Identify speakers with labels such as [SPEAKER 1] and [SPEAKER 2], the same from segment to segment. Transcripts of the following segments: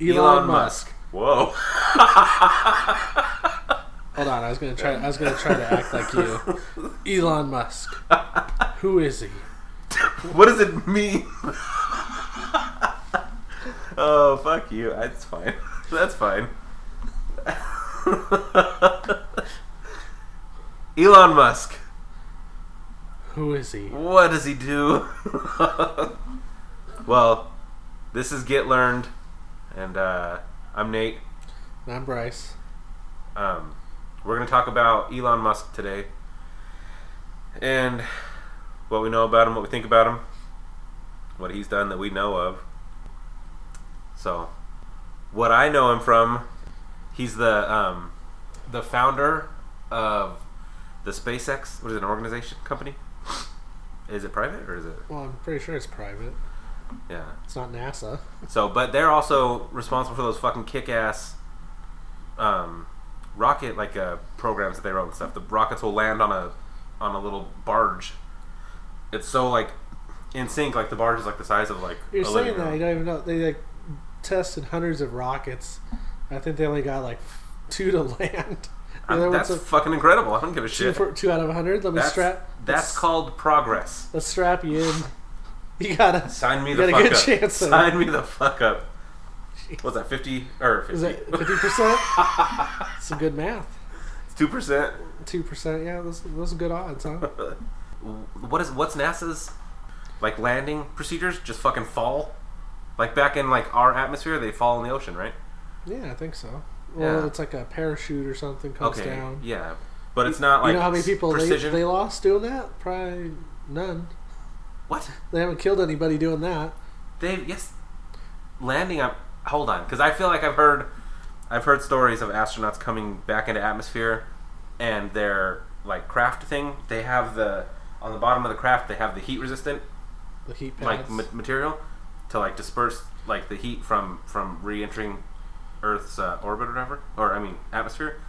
[SPEAKER 1] Elon,
[SPEAKER 2] Elon
[SPEAKER 1] Musk.
[SPEAKER 2] Whoa.
[SPEAKER 1] Hold on, I was gonna try. I was gonna try to act like you. Elon Musk. Who is he?
[SPEAKER 2] What does it mean? oh, fuck you. That's fine. That's fine. Elon Musk.
[SPEAKER 1] Who is he?
[SPEAKER 2] What does he do? well, this is Get Learned, and uh, I'm Nate.
[SPEAKER 1] And I'm Bryce.
[SPEAKER 2] Um, we're going to talk about Elon Musk today and what we know about him, what we think about him, what he's done that we know of. So, what I know him from, he's the um, the founder of the SpaceX. What is it? An organization company? Is it private or is it?
[SPEAKER 1] Well, I'm pretty sure it's private.
[SPEAKER 2] Yeah.
[SPEAKER 1] It's not NASA.
[SPEAKER 2] So, but they're also responsible for those fucking kick-ass um, rocket like uh, programs that they wrote and stuff. The rockets will land on a on a little barge. It's so like in sync. Like the barge is like the size of like
[SPEAKER 1] You're
[SPEAKER 2] a
[SPEAKER 1] saying
[SPEAKER 2] living
[SPEAKER 1] that you
[SPEAKER 2] room.
[SPEAKER 1] don't even know they like tested hundreds of rockets. I think they only got like two to land. The
[SPEAKER 2] Uh,
[SPEAKER 1] other one's
[SPEAKER 2] that's
[SPEAKER 1] a
[SPEAKER 2] fucking incredible. I don't give a
[SPEAKER 1] two,
[SPEAKER 2] shit.
[SPEAKER 1] for, two out of a hundred. Let me
[SPEAKER 2] That's,
[SPEAKER 1] strap.
[SPEAKER 2] that's
[SPEAKER 1] let's-
[SPEAKER 2] called progress.
[SPEAKER 1] Let's strap you in. You gotta.
[SPEAKER 2] Sign me
[SPEAKER 1] You
[SPEAKER 2] the
[SPEAKER 1] got a
[SPEAKER 2] fuck
[SPEAKER 1] good
[SPEAKER 2] up.
[SPEAKER 1] chance of it.
[SPEAKER 2] Sign me the fuck up. What's that? Fifty or
[SPEAKER 1] Is that
[SPEAKER 2] fifty?
[SPEAKER 1] fifty percent? Some good math.
[SPEAKER 2] Two percent.
[SPEAKER 1] Two percent. Yeah, those those are good odds, huh?
[SPEAKER 2] what is what's NASA's like landing procedures? Just fucking fall, like back in like our atmosphere, they fall in the ocean, right?
[SPEAKER 1] Yeah, I think so. Well,
[SPEAKER 2] Yeah.
[SPEAKER 1] it's like a parachute or something comes
[SPEAKER 2] okay,
[SPEAKER 1] down.
[SPEAKER 2] yeah, but it's not like
[SPEAKER 1] you know how many people they,
[SPEAKER 2] precision.
[SPEAKER 1] they lost doing that? Probably none.
[SPEAKER 2] what
[SPEAKER 1] They haven't killed anybody doing that.
[SPEAKER 2] they yes landing? i hold on, because I feel like I've heard I've heard stories of astronauts coming back into atmosphere and their like craft thing. They have the on the bottom of the craft they have the heat resistant
[SPEAKER 1] The heat pads.
[SPEAKER 2] like ma- material to like disperse like the heat from from re-entering Earth's uh, orbit or whatever, or I mean atmosphere.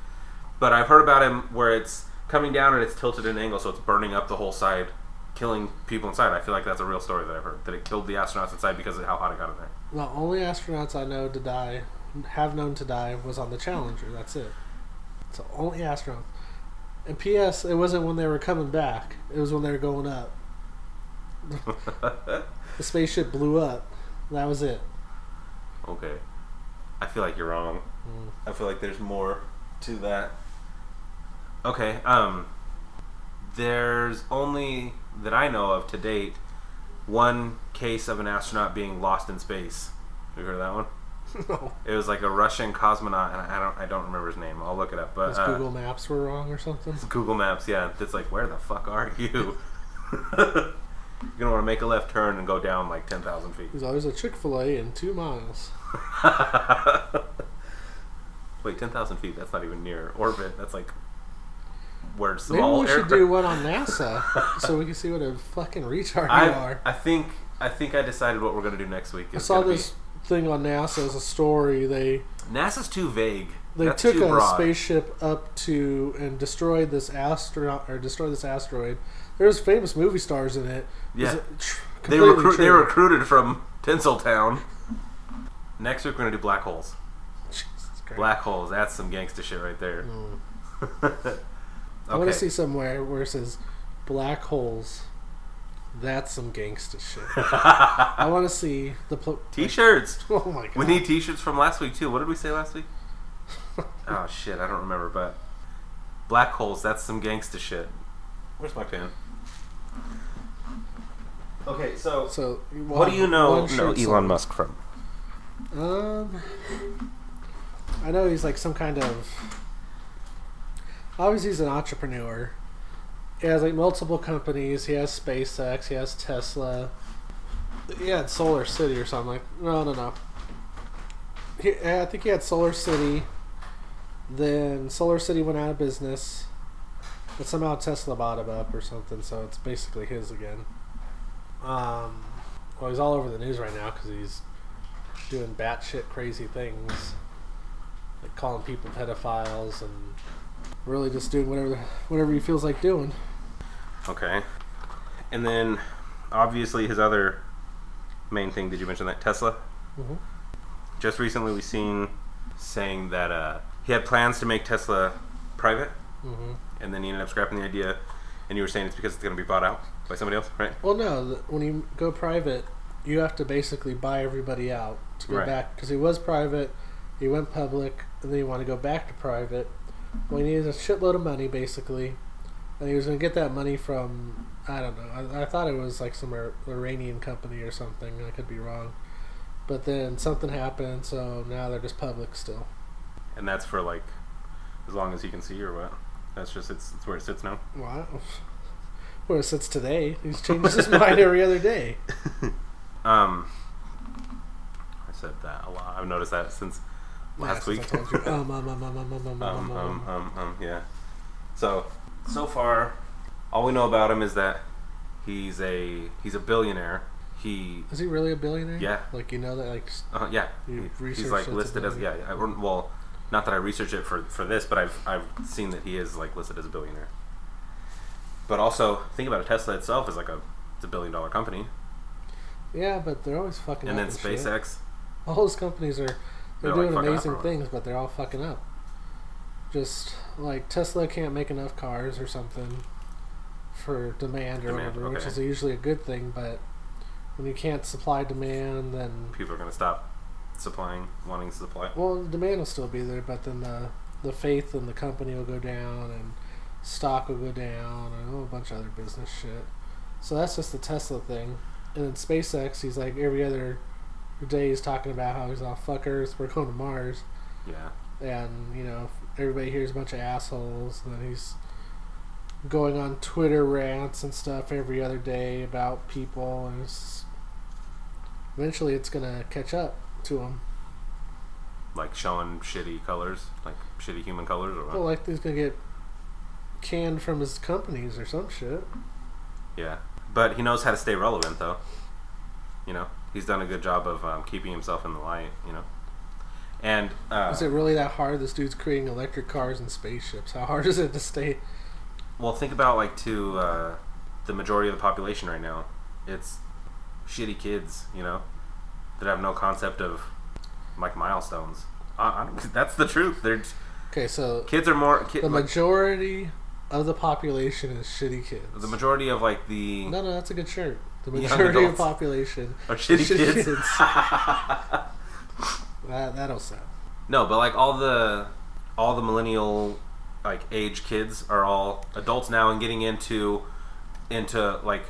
[SPEAKER 2] But I've heard about him where it's coming down and it's tilted at an angle, so it's burning up the whole side, killing people inside. I feel like that's a real story that I've heard that it killed the astronauts inside because of how hot it got in there.
[SPEAKER 1] the only astronauts I know to die, have known to die, was on the Challenger. That's it. It's the only astronauts. And P.S. It wasn't when they were coming back. It was when they were going up. the spaceship blew up. That was it.
[SPEAKER 2] Okay, I feel like you're wrong.
[SPEAKER 1] Mm.
[SPEAKER 2] I feel like there's more to that. Okay, um there's only that I know of to date one case of an astronaut being lost in space. You heard of that one?
[SPEAKER 1] no.
[SPEAKER 2] It was like a Russian cosmonaut and I don't I don't remember his name. I'll look it up. But
[SPEAKER 1] Because
[SPEAKER 2] uh,
[SPEAKER 1] Google Maps were wrong or something.
[SPEAKER 2] Google Maps, yeah. It's like where the fuck are you? You're gonna wanna make a left turn and go down like ten thousand feet.
[SPEAKER 1] There's always a Chick fil A in two miles.
[SPEAKER 2] Wait, ten thousand feet? That's not even near orbit. That's like where
[SPEAKER 1] Maybe
[SPEAKER 2] small
[SPEAKER 1] we should
[SPEAKER 2] aircraft.
[SPEAKER 1] do one on NASA so we can see what a fucking retard you
[SPEAKER 2] I,
[SPEAKER 1] are.
[SPEAKER 2] I think I think I decided what we're gonna do next week.
[SPEAKER 1] I
[SPEAKER 2] It's
[SPEAKER 1] saw
[SPEAKER 2] gonna be-
[SPEAKER 1] this thing on NASA as a story. They
[SPEAKER 2] NASA's too vague.
[SPEAKER 1] they
[SPEAKER 2] That's
[SPEAKER 1] took
[SPEAKER 2] too
[SPEAKER 1] a
[SPEAKER 2] broad.
[SPEAKER 1] spaceship up to and destroyed this astronaut or destroyed this asteroid. There was famous movie stars in it. It was
[SPEAKER 2] Yeah.
[SPEAKER 1] tr-
[SPEAKER 2] They
[SPEAKER 1] completely
[SPEAKER 2] recruit. They
[SPEAKER 1] true.
[SPEAKER 2] recruited from Tinseltown. next week we're gonna do black holes.
[SPEAKER 1] Jesus Christ.
[SPEAKER 2] Black holes. That's some gangsta shit right there.
[SPEAKER 1] Mm.
[SPEAKER 2] okay.
[SPEAKER 1] I want to see somewhere where it says black holes. That's some gangsta shit. I want to see the pl-
[SPEAKER 2] T-shirts.
[SPEAKER 1] oh my god.
[SPEAKER 2] We need T-shirts from last week too. What did we say last week? oh shit, I don't remember. But black holes. That's some gangsta shit. Where's my pen? Okay, so
[SPEAKER 1] so you
[SPEAKER 2] what
[SPEAKER 1] want
[SPEAKER 2] do you know?
[SPEAKER 1] one
[SPEAKER 2] No,
[SPEAKER 1] shirt
[SPEAKER 2] Elon Musk from.
[SPEAKER 1] Um, I know he's like some kind of. Obviously, he's an entrepreneur. He has like multiple companies. He has SpaceX. He has Tesla. He had Solar City or something. Like no, no, no. He, I think he had Solar City. Then Solar City went out of business, but somehow Tesla bought him up or something. So it's basically his again. Um, well, he's all over the news right now because he's doing batshit crazy things, like calling people pedophiles and really just doing whatever whatever he feels like doing.
[SPEAKER 2] Okay. And then, obviously, his other main thing. Did you mention that Tesla?
[SPEAKER 1] Mhm.
[SPEAKER 2] Just recently, we seen saying that uh, he had plans to make Tesla private,
[SPEAKER 1] hmm
[SPEAKER 2] and then he ended up scrapping the idea. And you were saying it's because it's going to be bought out by somebody else, right?
[SPEAKER 1] Well, no. th- When you go private, you have to basically buy everybody out to go
[SPEAKER 2] Right.
[SPEAKER 1] back because he was private, he went public, and then he wanted to go back to private. Well, he needed a shitload of money basically, and he was going to get that money from I don't know. I, I thought it was like some Ir- Iranian company or something. I could be wrong, but then something happened, so now they're just public still.
[SPEAKER 2] And that's for like as long as he can see or what. That's just it's, it's where it sits now.
[SPEAKER 1] Wow. Well, since today, he's changed his mind every other day.
[SPEAKER 2] Um, I said that a lot. I've noticed that since last
[SPEAKER 1] Yeah,
[SPEAKER 2] week.
[SPEAKER 1] since I told you. Um, um, um, um, um, um, um, um,
[SPEAKER 2] um,
[SPEAKER 1] um,
[SPEAKER 2] um, um, um, yeah. So, so far, all we know about him is that he's a he's a billionaire. He,
[SPEAKER 1] Is he really a billionaire?
[SPEAKER 2] Yeah.
[SPEAKER 1] Like you know that like s-
[SPEAKER 2] uh, yeah,
[SPEAKER 1] You
[SPEAKER 2] he- he's
[SPEAKER 1] researched
[SPEAKER 2] like
[SPEAKER 1] it to
[SPEAKER 2] listed as yeah.
[SPEAKER 1] billionaire.
[SPEAKER 2] I, wouldn't- well, not that I researched it for for this, but I've I've seen that he is like listed as a billionaire. But also, think about it. Tesla itself is like a it's a billion dollar company,
[SPEAKER 1] yeah, but they're always fucking
[SPEAKER 2] and
[SPEAKER 1] up.
[SPEAKER 2] then
[SPEAKER 1] and shit.
[SPEAKER 2] SpaceX.
[SPEAKER 1] All those companies are they're,
[SPEAKER 2] They're, like,
[SPEAKER 1] doing
[SPEAKER 2] fucking up
[SPEAKER 1] amazing
[SPEAKER 2] or what?
[SPEAKER 1] things, but they're all fucking up. Just like Tesla can't make enough cars or something for demand or
[SPEAKER 2] Demand,
[SPEAKER 1] whatever, which
[SPEAKER 2] okay.
[SPEAKER 1] is usually a good thing, but when you can't supply demand then
[SPEAKER 2] People are gonna stop supplying, wanting to supply.
[SPEAKER 1] Well, the demand will still be there, but then the the faith in the company will go down, and stock will go down, and a whole bunch of other business shit. So that's just the Tesla thing, and then SpaceX. He's like every other day he's talking about how he's all fuckers. We're going to Mars,
[SPEAKER 2] Yeah,
[SPEAKER 1] and you know everybody here's a bunch of assholes. And then he's going on Twitter rants and stuff every other day about people, and it's, eventually it's gonna catch up to him.
[SPEAKER 2] like showing shitty colors, like shitty human colors, or what?
[SPEAKER 1] Well, like he's gonna get canned from his companies or some shit.
[SPEAKER 2] Yeah, but he knows how to stay relevant, though. You know, he's done a good job of um, keeping himself in the light. You know, and uh,
[SPEAKER 1] Is it really that hard? This dude's creating electric cars and spaceships. How hard is it to stay?
[SPEAKER 2] well, think about like to uh, the majority of the population right now. It's shitty kids, you know, that have no concept of like milestones. I, I don't, that's the truth. They're
[SPEAKER 1] Okay, so
[SPEAKER 2] kids are more kid,
[SPEAKER 1] the
[SPEAKER 2] the,
[SPEAKER 1] majority of the population is shitty kids.
[SPEAKER 2] the majority of like the
[SPEAKER 1] No, no, that's a good shirt. The
[SPEAKER 2] Young
[SPEAKER 1] majority of
[SPEAKER 2] adults.
[SPEAKER 1] population
[SPEAKER 2] are shitty,
[SPEAKER 1] shitty
[SPEAKER 2] kids.
[SPEAKER 1] that that'll sound.
[SPEAKER 2] No, but like all the all the millennial like age kids are all adults now and getting into into like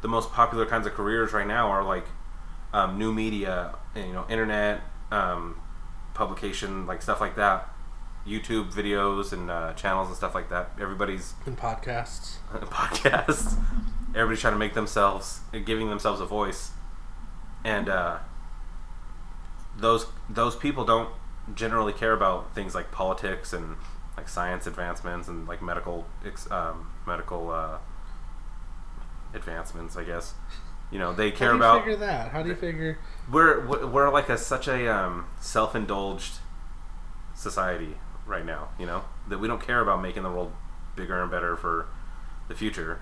[SPEAKER 2] the most popular kinds of careers right now are like um, new media and you know internet um, publication like stuff like that youtube videos and uh, channels and stuff like that everybody's
[SPEAKER 1] In podcasts,
[SPEAKER 2] podcasts everybody's trying to make themselves giving themselves a voice and uh, those those people don't generally care about things like politics and like science advancements and like medical ex- um, medical uh, advancements. I guess you know they care
[SPEAKER 1] How do you
[SPEAKER 2] about
[SPEAKER 1] figure that? How do you figure?
[SPEAKER 2] we're we're we're like a such a um, self indulged society right now. You know that we don't care about making the world bigger and better for the future.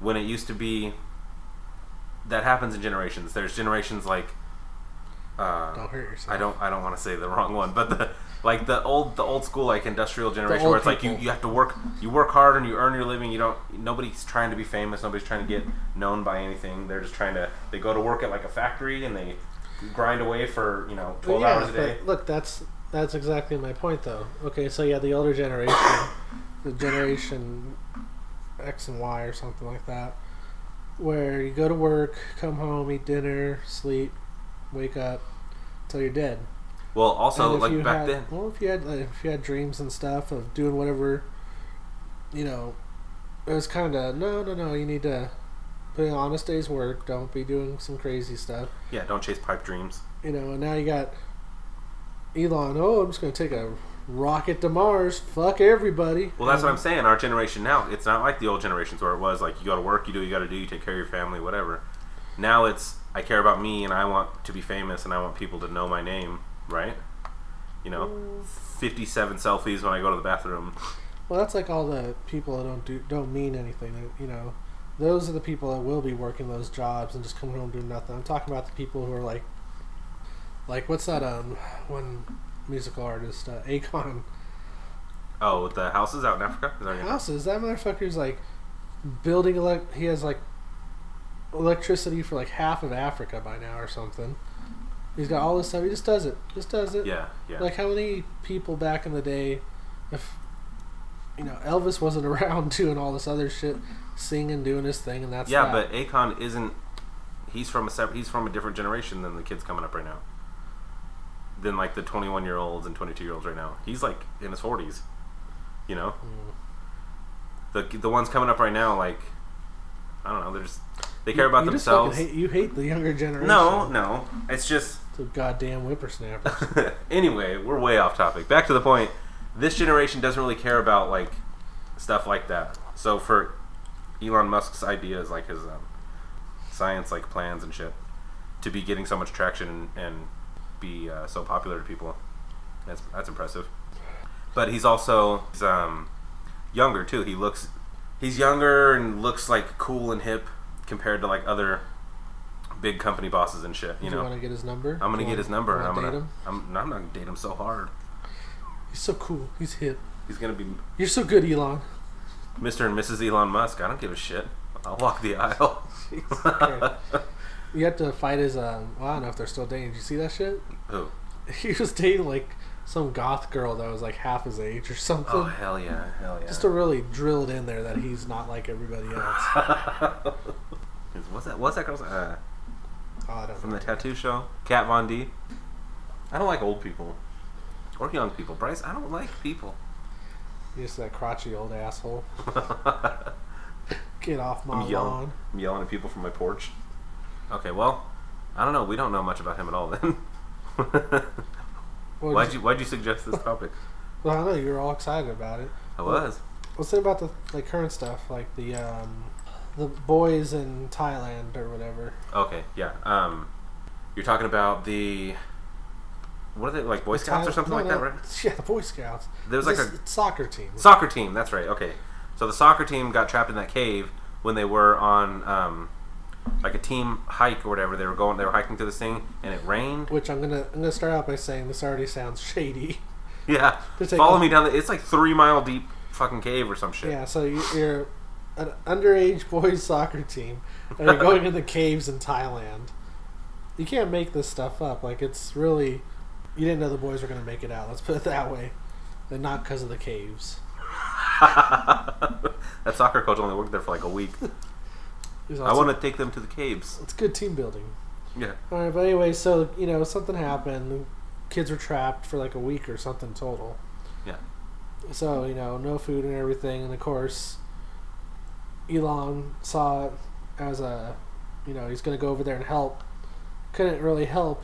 [SPEAKER 2] When it used to be, that happens in generations. There's generations like. Uh,
[SPEAKER 1] Don't hurt yourself.
[SPEAKER 2] I don't. I don't want to say the wrong one, but the like the old the old school like industrial generation
[SPEAKER 1] old
[SPEAKER 2] where it's like you,
[SPEAKER 1] people.
[SPEAKER 2] you have to work you work hard and you earn your living. You don't. Nobody's trying to be famous. Nobody's trying to get known by anything. They're just trying to. They go to work at like a factory and they grind away for you know twelve hours a
[SPEAKER 1] but
[SPEAKER 2] day.
[SPEAKER 1] Look, that's that's exactly my point, though. Okay, so yeah, the older generation, the generation X and Y or something like that, where you go to work, come home, eat dinner, sleep, wake up till you're dead.
[SPEAKER 2] Well, also
[SPEAKER 1] And if
[SPEAKER 2] like
[SPEAKER 1] you
[SPEAKER 2] back
[SPEAKER 1] had,
[SPEAKER 2] then,
[SPEAKER 1] well, if you had like, if you had dreams and stuff of doing whatever, you know, it was kind of no, no, no. You need to put in an honest day's work. Don't be doing some crazy stuff
[SPEAKER 2] yeah, don't chase pipe dreams.
[SPEAKER 1] you know, and now you got Elon. Oh, I'm just going to take a rocket to Mars. Fuck everybody. Um,
[SPEAKER 2] Well, that's what I'm saying. Our generation now, it's not like the old generations where it was like you got to work, you do, what you got to do, you take care of your family, whatever. Now it's I care about me and I want to be famous and I want people to know my name, right? You know, 57 selfies when I go to the bathroom.
[SPEAKER 1] Well, that's like all the people that don't do don't mean anything. That, you know, those are the people that will be working those jobs and just coming home doing nothing. I'm talking about the people who are like Like what's that um one musical artist uh, Akon
[SPEAKER 2] Oh, with the houses out in Africa? Is that what you're-
[SPEAKER 1] houses? That motherfucker's like building elect. He has like electricity for like half of Africa by now or something. He's got all this stuff. He just does it. Just does it.
[SPEAKER 2] Yeah, yeah.
[SPEAKER 1] Like how many people back in the day, if you know Elvis wasn't around doing all this other shit, singing, doing his thing, and that's
[SPEAKER 2] yeah,
[SPEAKER 1] that.
[SPEAKER 2] but Akon isn't. He's from a separate. He's from a different generation than the kids coming up right now. Than like the twenty-one year olds and twenty-two year olds right now. He's like in his forties. You know,
[SPEAKER 1] Mm.
[SPEAKER 2] the the ones coming up right now, like I don't know, they're just they care about
[SPEAKER 1] you just fucking
[SPEAKER 2] themselves.
[SPEAKER 1] hate, you hate the younger generation.
[SPEAKER 2] No, no, it's just
[SPEAKER 1] the goddamn whippersnapper.
[SPEAKER 2] anyway, we're way off topic. Back to the point. This generation doesn't really care about like stuff like that. So for Elon Musk's ideas, like his um, science, like plans and shit, to be getting so much traction and, and be uh, so popular to people, that's that's impressive. But he's also he's, um, younger too. He looks he's younger and looks like cool and hip compared to like other big company bosses and shit. You
[SPEAKER 1] Do you
[SPEAKER 2] know.
[SPEAKER 1] want to get his number?
[SPEAKER 2] I'm
[SPEAKER 1] Do
[SPEAKER 2] gonna
[SPEAKER 1] you
[SPEAKER 2] get
[SPEAKER 1] wanna-
[SPEAKER 2] his number. and
[SPEAKER 1] wanna
[SPEAKER 2] I'm
[SPEAKER 1] date
[SPEAKER 2] gonna.
[SPEAKER 1] him?
[SPEAKER 2] I'm, no, I'm not gonna date him so hard.
[SPEAKER 1] He's so cool. He's hip.
[SPEAKER 2] He's gonna be
[SPEAKER 1] You're so good, Elon.
[SPEAKER 2] Mr. and Mrs. Elon Musk. I don't give a shit. I'll walk the aisle.
[SPEAKER 1] Okay. you have to fight his. Um, well, I don't know if they're still dating. Did you see that shit?
[SPEAKER 2] Who?
[SPEAKER 1] He was dating like some goth girl that was like half his age or something.
[SPEAKER 2] Oh hell yeah, hell yeah.
[SPEAKER 1] Just to really drill it in there that he's not like everybody else.
[SPEAKER 2] Is- what's that? What's that girl's uh,
[SPEAKER 1] Oh, I don't
[SPEAKER 2] from
[SPEAKER 1] know.
[SPEAKER 2] the tattoo show? Kat Von D. I don't like old people or young people. Bryce, I don't like people.
[SPEAKER 1] He's just that crotchety old asshole.
[SPEAKER 2] I'm
[SPEAKER 1] Get off my
[SPEAKER 2] I'm young.
[SPEAKER 1] lawn.
[SPEAKER 2] yelling at people from my porch. Okay, well, I don't know. We don't know much about him at all. Then
[SPEAKER 1] Well,
[SPEAKER 2] why'd you why'd you suggest this topic?
[SPEAKER 1] well, I know you were all excited about it.
[SPEAKER 2] I was.
[SPEAKER 1] Let's say about the like current stuff, like the um, the boys in Thailand or whatever.
[SPEAKER 2] Okay, yeah. Um, you're talking about the what are they like Boy Scouts or something
[SPEAKER 1] No,
[SPEAKER 2] like
[SPEAKER 1] no.
[SPEAKER 2] that, right?
[SPEAKER 1] Yeah, the Boy Scouts.
[SPEAKER 2] There was like
[SPEAKER 1] This soccer team.
[SPEAKER 2] Soccer team. That's right. Okay, so the soccer team got trapped in that cave when they were on um, like a team hike or whatever. They were going. They were hiking through this thing, and it rained.
[SPEAKER 1] Which I'm gonna I'm gonna start out by saying this already sounds shady.
[SPEAKER 2] Yeah,
[SPEAKER 1] They're taking-
[SPEAKER 2] follow me down. The, it's like three mile deep fucking cave or some shit.
[SPEAKER 1] Yeah, so you- you're an underage boys soccer team, and you're going in the caves in Thailand. You can't make this stuff up. Like it's really, you didn't know the boys were gonna make it out. Let's put it that way, and not because of the caves.
[SPEAKER 2] that soccer coach only worked there for like a week. I want to take them to the caves.
[SPEAKER 1] It's good team building.
[SPEAKER 2] Yeah.
[SPEAKER 1] All right, but anyway, so you know something happened. The kids were trapped for like a week or something total.
[SPEAKER 2] Yeah.
[SPEAKER 1] So you know, no food and everything, and of course, Elon saw it as a, you know, he's going to go over there and help. Couldn't really help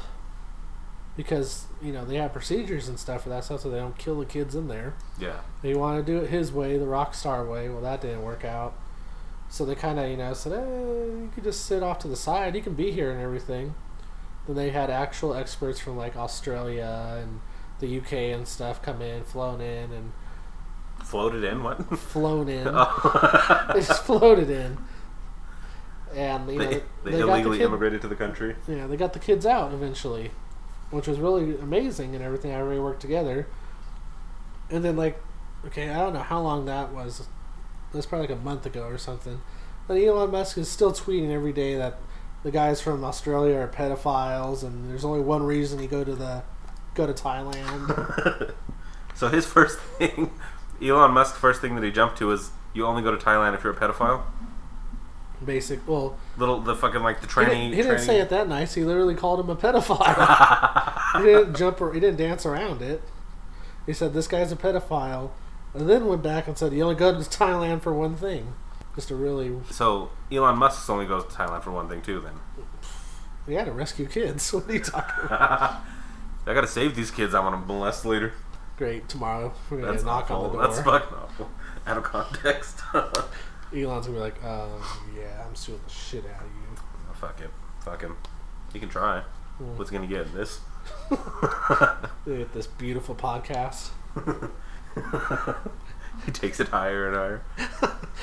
[SPEAKER 1] because you know they have procedures and stuff for that stuff, so they don't kill the kids in there.
[SPEAKER 2] Yeah.
[SPEAKER 1] They wanted to do it his way, the rock star way. Well, that didn't work out. So they kind of, you know, said, eh, you could just sit off to the side. You can be here and everything. Then they had actual experts from like Australia and the UK and stuff come in, flown in, and
[SPEAKER 2] Floated in what?
[SPEAKER 1] flown in.
[SPEAKER 2] Oh.
[SPEAKER 1] they just floated in. And, you know,
[SPEAKER 2] they,
[SPEAKER 1] they, they
[SPEAKER 2] they,
[SPEAKER 1] got the
[SPEAKER 2] illegally
[SPEAKER 1] kid,
[SPEAKER 2] immigrated to the country.
[SPEAKER 1] yeah, they got the kids out eventually, which was really amazing and everything. I really worked together. And then, like, okay, I don't know how long that was. That's probably like a month ago or something. But Elon Musk is still tweeting every day that the guys from Australia are pedophiles, and there's only one reason he go to the go to Thailand.
[SPEAKER 2] so his first thing, Elon Musk's first thing that he jumped to is you only go to Thailand if you're a pedophile.
[SPEAKER 1] Basic. Well,
[SPEAKER 2] Little the fucking like the
[SPEAKER 1] he
[SPEAKER 2] tranny.
[SPEAKER 1] didn't, he didn't
[SPEAKER 2] tranny-
[SPEAKER 1] say it that nice. He literally called him a pedophile. he didn't jump or he didn't dance around it. He said this guy's a pedophile, and then went back and said he only goes to Thailand for one thing. Just a really
[SPEAKER 2] So Elon Musk only goes to Thailand for one thing too. Then
[SPEAKER 1] he had to rescue kids. What are you talking about?
[SPEAKER 2] I gotta save these kids. I want to molest later.
[SPEAKER 1] Great. Tomorrow we're gonna
[SPEAKER 2] That's
[SPEAKER 1] knock
[SPEAKER 2] awful.
[SPEAKER 1] on the door.
[SPEAKER 2] That's fucking awful. Out of context. Oh,
[SPEAKER 1] Elon's gonna be like, um, yeah, I'm suing the shit out of you.
[SPEAKER 2] fuck him. Fuck him. He can try.
[SPEAKER 1] Hmm.
[SPEAKER 2] What's he gonna get? This.
[SPEAKER 1] Look at this beautiful podcast.
[SPEAKER 2] he takes it higher and higher.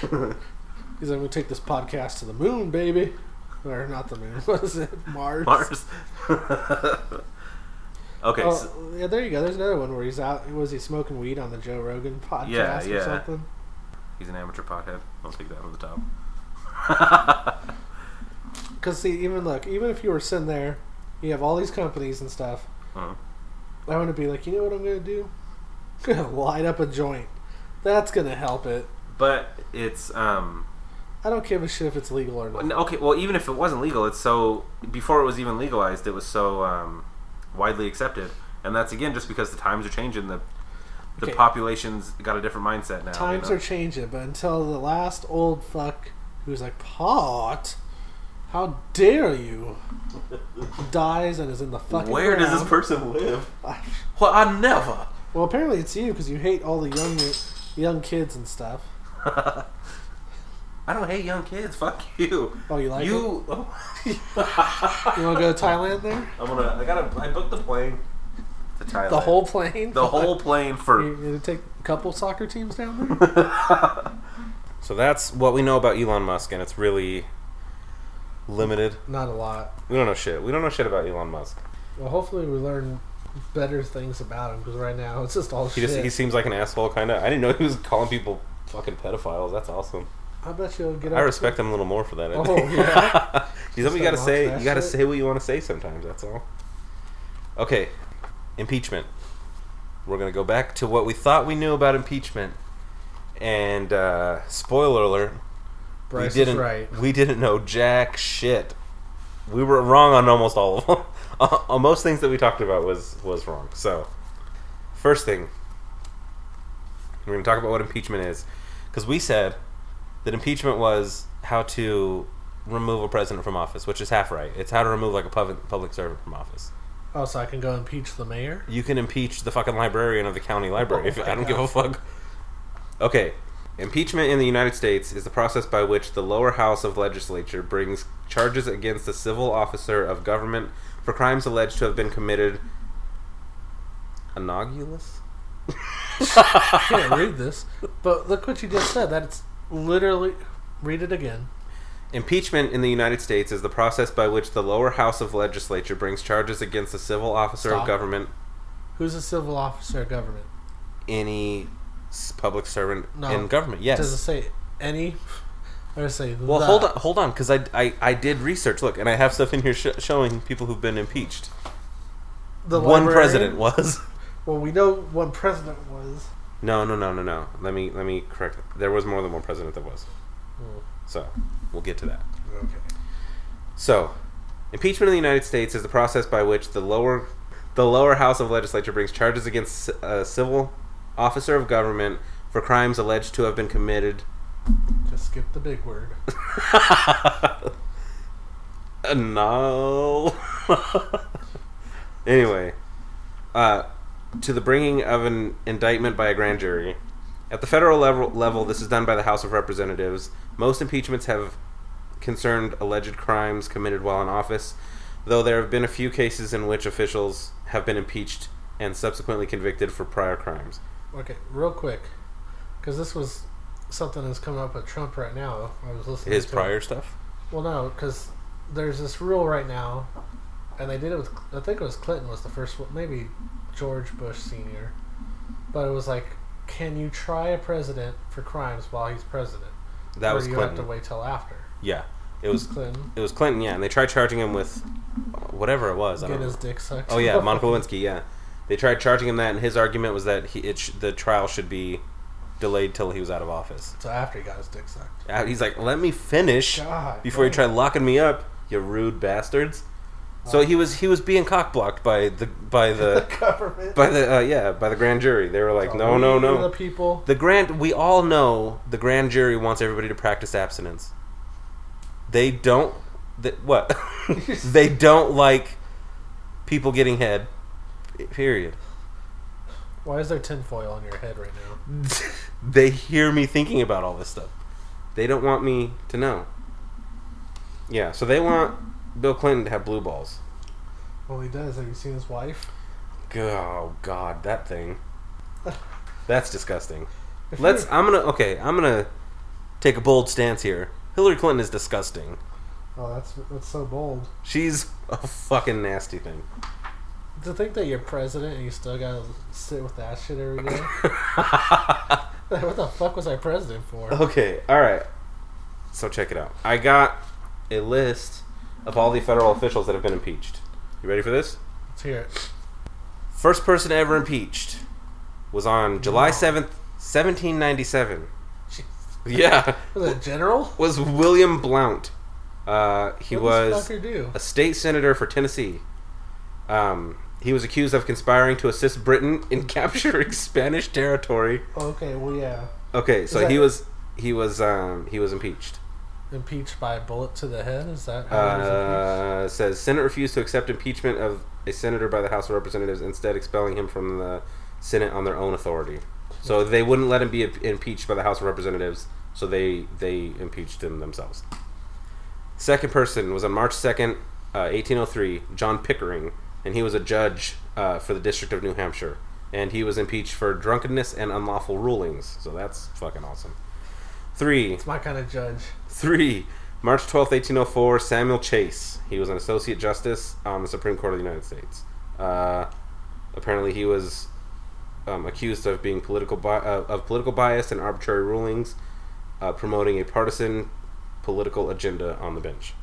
[SPEAKER 1] He's like, I'm gonna take this podcast to the moon, baby. Or not the moon. What is it? Mars.
[SPEAKER 2] Mars. Okay,
[SPEAKER 1] Oh,
[SPEAKER 2] so-
[SPEAKER 1] yeah, there you go. There's another one where he's out. Was he smoking weed on the Joe Rogan podcast
[SPEAKER 2] Yeah,
[SPEAKER 1] or
[SPEAKER 2] yeah.
[SPEAKER 1] something?
[SPEAKER 2] he's an amateur pothead. I'll take that from the top.
[SPEAKER 1] Because see, even look, even if you were sitting there, you have all these companies and stuff.
[SPEAKER 2] Uh-huh.
[SPEAKER 1] I want to be like, you know what I'm gonna do? Gonna light up a joint. That's gonna help it.
[SPEAKER 2] but it's um
[SPEAKER 1] I don't give a shit if it's legal or not.
[SPEAKER 2] Well, Okay, well, even if it wasn't legal, it's so before it was even legalized, it was so um, widely accepted, and that's again just because the times are changing. The the
[SPEAKER 1] Okay.
[SPEAKER 2] population's got a different mindset now. you
[SPEAKER 1] Times
[SPEAKER 2] know?
[SPEAKER 1] are changing, but until the last old fuck who's like pot, how dare you, dies and is in the fucking.
[SPEAKER 2] Where does this
[SPEAKER 1] ground.
[SPEAKER 2] person live?
[SPEAKER 1] I-
[SPEAKER 2] Well, I never.
[SPEAKER 1] Well, apparently it's you because you hate all the young young kids and stuff.
[SPEAKER 2] I don't hate young kids. Fuck you.
[SPEAKER 1] Oh, you like
[SPEAKER 2] you. Oh.
[SPEAKER 1] You want to go to Thailand there?
[SPEAKER 2] I'm gonna. I gotta. I booked the plane to Thailand.
[SPEAKER 1] The whole plane.
[SPEAKER 2] The whole plane
[SPEAKER 1] You
[SPEAKER 2] for.
[SPEAKER 1] gonna take a couple soccer teams down there?
[SPEAKER 2] So that's what we know about Elon Musk, and it's really limited.
[SPEAKER 1] Not a lot.
[SPEAKER 2] We don't know shit. We don't know shit about Elon Musk.
[SPEAKER 1] Well, hopefully we learn better things about him because right now it's just all
[SPEAKER 2] He
[SPEAKER 1] shit.
[SPEAKER 2] just he seems like an asshole kind of. I didn't know he was calling people fucking pedophiles. That's awesome.
[SPEAKER 1] I bet you'll get.
[SPEAKER 2] I
[SPEAKER 1] up-
[SPEAKER 2] respect him a little more for that. I
[SPEAKER 1] Oh,
[SPEAKER 2] think.
[SPEAKER 1] yeah?
[SPEAKER 2] you
[SPEAKER 1] Just
[SPEAKER 2] know, you gotta
[SPEAKER 1] unlock
[SPEAKER 2] say
[SPEAKER 1] that
[SPEAKER 2] you gotta
[SPEAKER 1] shit.
[SPEAKER 2] say what you want to say sometimes. That's all. Okay, impeachment. We're gonna go back to what we thought we knew about impeachment, and uh, spoiler alert:
[SPEAKER 1] Bryce
[SPEAKER 2] we
[SPEAKER 1] is
[SPEAKER 2] didn't.
[SPEAKER 1] right.
[SPEAKER 2] We didn't know jack shit. We were wrong on almost all of them. on on most things that we talked about was was wrong. So, first thing, we're going to talk about what impeachment is, because we said that impeachment was how to remove a president from office, which is half right. It's how to remove like a public public servant from office.
[SPEAKER 1] Oh, so I can go impeach the mayor?
[SPEAKER 2] You can impeach the fucking librarian of the county library.
[SPEAKER 1] Oh
[SPEAKER 2] if,
[SPEAKER 1] my
[SPEAKER 2] I don't give a fuck. Okay. Impeachment in the United States is the process by which the lower house of legislature brings charges against a civil officer of government for crimes alleged to have been committed. Innocuous?
[SPEAKER 1] I can't read this, but look what you just said. That's literally. Read it again.
[SPEAKER 2] Impeachment in the United States is the process by which the lower house of legislature brings charges against a civil officer
[SPEAKER 1] Stop.
[SPEAKER 2] of government,
[SPEAKER 1] Who's a civil officer of government?
[SPEAKER 2] any s- public servant
[SPEAKER 1] No.
[SPEAKER 2] in government. Yes.
[SPEAKER 1] Does it say any? Or does it say
[SPEAKER 2] Well,
[SPEAKER 1] the?
[SPEAKER 2] hold on, hold on, because I, I, I did research. Look, and I have stuff in here sh- showing people who've been impeached.
[SPEAKER 1] The
[SPEAKER 2] one
[SPEAKER 1] librarian?
[SPEAKER 2] president was.
[SPEAKER 1] Well, we know one president was.
[SPEAKER 2] No, no, no, no, no. Let me let me correct. It. There was more than one president that was. Hmm. So we'll get to that.
[SPEAKER 1] Okay.
[SPEAKER 2] So, impeachment in the United States is the process by which the lower the lower house of legislature brings charges against a civil officer of government for crimes alleged to have been committed
[SPEAKER 1] Just skip the big word.
[SPEAKER 2] Uh, no. anyway, uh, to the bringing of an indictment by a grand jury. At the federal level, level, this is done by the House of Representatives. Most impeachments have concerned alleged crimes committed while in office, though there have been a few cases in which officials have been impeached and subsequently convicted for prior crimes.
[SPEAKER 1] Okay, real quick, because this was something that's coming up with Trump right now. I was listening.
[SPEAKER 2] His
[SPEAKER 1] to
[SPEAKER 2] prior stuff?
[SPEAKER 1] Well, no, because there's this rule right now, and they did it with. I think it was Clinton was the first one, maybe George Bush Senior, but it was like, can you try a president for crimes while he's president?
[SPEAKER 2] That
[SPEAKER 1] or
[SPEAKER 2] was
[SPEAKER 1] you have to
[SPEAKER 2] Clinton.
[SPEAKER 1] wait till after.
[SPEAKER 2] Yeah. It was
[SPEAKER 1] Clinton
[SPEAKER 2] It was Clinton, yeah, and they tried charging him with whatever it was. I
[SPEAKER 1] get
[SPEAKER 2] don't know.
[SPEAKER 1] his dick sucked.
[SPEAKER 2] Oh yeah, Monica Lewinsky, yeah. They tried charging him that, and his argument was that he, it sh- the trial should be delayed till he was out of office.
[SPEAKER 1] so after he got his dick sucked.
[SPEAKER 2] Uh, He's like, "Let me finish
[SPEAKER 1] God.
[SPEAKER 2] before you
[SPEAKER 1] damn.
[SPEAKER 2] try locking me up, you rude bastards." So he was he was being cockblocked by the by the
[SPEAKER 1] government.
[SPEAKER 2] by the uh, yeah by the grand jury. They were like, "No, no,
[SPEAKER 1] We The
[SPEAKER 2] no."
[SPEAKER 1] people.
[SPEAKER 2] The grand we all know the grand jury wants everybody to practice abstinence. They don't th- what? they don't like people getting head. Period.
[SPEAKER 1] Why is there tinfoil on your head right now?
[SPEAKER 2] they hear me thinking about all this stuff. They don't want me to know. Yeah, so they want Bill Clinton to have blue balls.
[SPEAKER 1] Well, he does. Have you seen his wife?
[SPEAKER 2] Oh God, that thing. That's disgusting. Let's. I'm gonna. Okay, I'm gonna take a bold stance here. Hillary Clinton is disgusting.
[SPEAKER 1] Oh, that's that's so bold.
[SPEAKER 2] She's a fucking nasty thing.
[SPEAKER 1] To think that you're president and you still gotta sit with that shit every day. Like, what the fuck was I president for?
[SPEAKER 2] Okay, all right. So check it out. I got a list of all the federal officials that have been impeached. You ready for this?
[SPEAKER 1] Let's hear it.
[SPEAKER 2] First person ever impeached was on July
[SPEAKER 1] Wow.
[SPEAKER 2] seventh, seventeen ninety seven.
[SPEAKER 1] Jeez.
[SPEAKER 2] Yeah,
[SPEAKER 1] Was it general?
[SPEAKER 2] was William Blount. Uh, he
[SPEAKER 1] what
[SPEAKER 2] was
[SPEAKER 1] Does fucker do?
[SPEAKER 2] a state senator for Tennessee. Um, he was accused of conspiring to assist Britain in capturing Spanish territory.
[SPEAKER 1] Okay, well, yeah.
[SPEAKER 2] Okay, so
[SPEAKER 1] that-
[SPEAKER 2] he was he was um, he was impeached.
[SPEAKER 1] Impeached by a bullet to the head? Is that how it was impeached?
[SPEAKER 2] Uh, says Senate refused to accept impeachment of a senator by the House of Representatives, instead expelling him from the Senate on their own authority. So they wouldn't let him be im- impeached by the House of Representatives, so they they impeached him themselves. Second person was on March second, uh, eighteen oh three, John Pickering, and he was a judge uh, for the District of New Hampshire, and he was impeached for drunkenness and unlawful rulings. So that's fucking awesome. Three,
[SPEAKER 1] It's my kind of judge.
[SPEAKER 2] Three, March twelfth, 1804, Samuel Chase. He was an associate justice on the Supreme Court of the United States. Uh, apparently, he was um, accused of being political bi- uh, of political bias and arbitrary rulings, uh, promoting a partisan political agenda on the bench.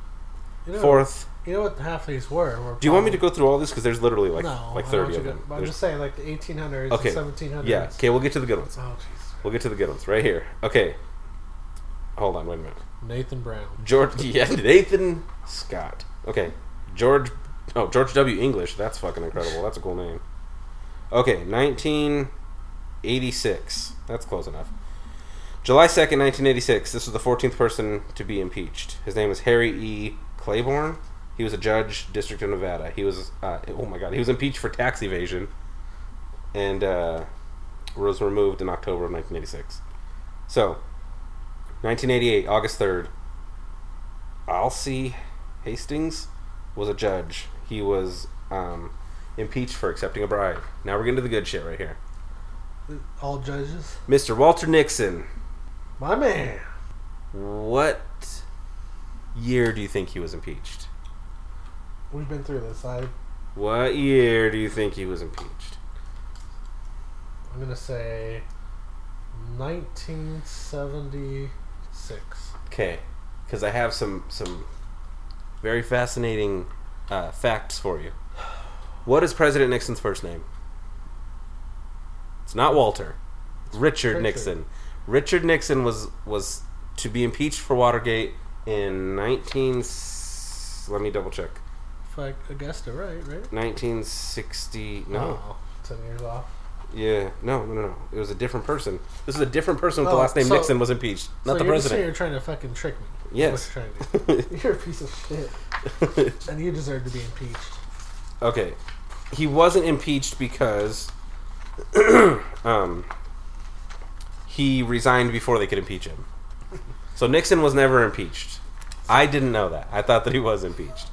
[SPEAKER 1] You know,
[SPEAKER 2] Fourth,
[SPEAKER 1] You know what half these were? were
[SPEAKER 2] do you want me to
[SPEAKER 1] probably-
[SPEAKER 2] go through all this? Because there's literally like
[SPEAKER 1] no,
[SPEAKER 2] like
[SPEAKER 1] I don't want
[SPEAKER 2] 30
[SPEAKER 1] you
[SPEAKER 2] of
[SPEAKER 1] to-
[SPEAKER 2] them.
[SPEAKER 1] but I'm
[SPEAKER 2] There's-
[SPEAKER 1] just saying, like the 1800s,
[SPEAKER 2] Okay.
[SPEAKER 1] the 1700s.
[SPEAKER 2] yeah. Okay, we'll get to the good ones.
[SPEAKER 1] Oh, jeez.
[SPEAKER 2] We'll get to the good ones right here. Okay. Hold on, wait a minute.
[SPEAKER 1] Nathan Brown.
[SPEAKER 2] George yeah, Nathan Scott. Okay. George Oh, George W. English. That's fucking incredible. That's a cool name. Okay, 1986. That's close enough. July 2nd, 1986. This was the 14th person to be impeached. His name is Harry E. Claiborne. He was a judge, District of Nevada. He was, uh, oh my god, he was impeached for tax evasion and uh, was removed in October of 1986. So, 1988, August 3rd, Alcee Hastings was a judge. He was um, impeached for accepting a bribe. Now we're getting to the good shit right here.
[SPEAKER 1] All judges.
[SPEAKER 2] Mr. Walter Nixon,
[SPEAKER 1] My man.
[SPEAKER 2] what year do you think he was impeached?
[SPEAKER 1] We've been through this. I,
[SPEAKER 2] What year do you think he was impeached?
[SPEAKER 1] I'm going to say 1976.
[SPEAKER 2] Okay, because I have some some very fascinating uh, facts for you. What is President Nixon's first name? It's not Walter. Richard
[SPEAKER 1] Richard.
[SPEAKER 2] Nixon. Richard Nixon was was to be impeached for Watergate in 19 s- let me double check.
[SPEAKER 1] If I, I guessed it right, right?
[SPEAKER 2] 1960 no.
[SPEAKER 1] Oh, 10 years off.
[SPEAKER 2] Yeah, no, no, no, no. It was a different person. This is a different person with the
[SPEAKER 1] Oh,
[SPEAKER 2] last name
[SPEAKER 1] so-
[SPEAKER 2] Nixon was impeached, not
[SPEAKER 1] so
[SPEAKER 2] the
[SPEAKER 1] you're just saying You're
[SPEAKER 2] president.
[SPEAKER 1] trying to fucking trick me. That's what
[SPEAKER 2] Yes.
[SPEAKER 1] you're trying to do. You're a piece of shit. And you deserve to be impeached.
[SPEAKER 2] Okay. He wasn't impeached because um, he resigned before they could impeach him. So Nixon was never impeached. I didn't know that. I thought that he was impeached.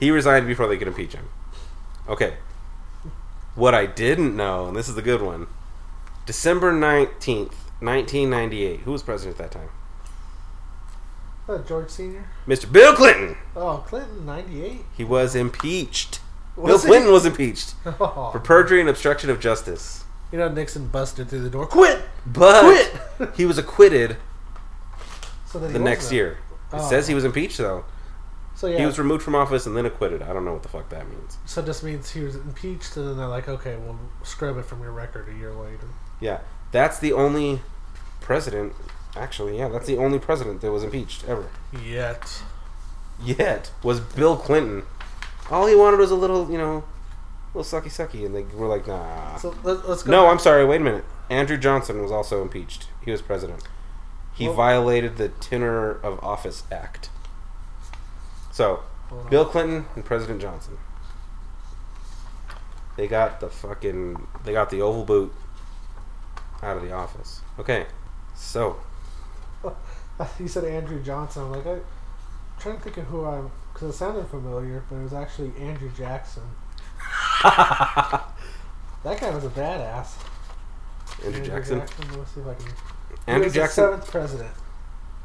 [SPEAKER 2] He resigned before they could impeach him. Okay. What I didn't know, and this is the good one December 19th, 1998. Who was president at that time?
[SPEAKER 1] Uh, George Sr.?
[SPEAKER 2] Mr. Bill Clinton!
[SPEAKER 1] Oh, Clinton, 98?
[SPEAKER 2] He was impeached. Bill
[SPEAKER 1] Was he?
[SPEAKER 2] Clinton was impeached
[SPEAKER 1] Oh.
[SPEAKER 2] for perjury and obstruction of justice.
[SPEAKER 1] You know, Nixon busted through the door. Quit!
[SPEAKER 2] But he was acquitted
[SPEAKER 1] So that he
[SPEAKER 2] the
[SPEAKER 1] was
[SPEAKER 2] next
[SPEAKER 1] there.
[SPEAKER 2] year. It
[SPEAKER 1] Oh.
[SPEAKER 2] says he was impeached though.
[SPEAKER 1] So yeah.
[SPEAKER 2] He was removed from office and then acquitted. I don't know what the fuck that means.
[SPEAKER 1] so this means he was impeached, and then they're like, okay, we'll scrub it from your record a year later.
[SPEAKER 2] Yeah, that's the only president. Actually, yeah, that's the only president that was impeached ever.
[SPEAKER 1] Yet.
[SPEAKER 2] Yet was Bill Clinton. All he wanted was a little, you know, little sucky sucky, and they were like, nah.
[SPEAKER 1] So let, let's go.
[SPEAKER 2] No, I'm sorry. Wait a minute. Andrew Johnson was also impeached. He was president. He
[SPEAKER 1] Well-
[SPEAKER 2] violated the Tenor of Office Act. So,
[SPEAKER 1] Hold on.
[SPEAKER 2] Bill Clinton and President Johnson. They got the fucking they got the oval boot out of the office. Okay. So,
[SPEAKER 1] You said Andrew Johnson. I'm like, I, am trying to think of who I'm. Because it sounded familiar, but it was actually Andrew Jackson. That guy was a badass.
[SPEAKER 2] Andrew Jackson.
[SPEAKER 1] Let me see if I can. He
[SPEAKER 2] Andrew
[SPEAKER 1] was the
[SPEAKER 2] Jackson
[SPEAKER 1] seventh president.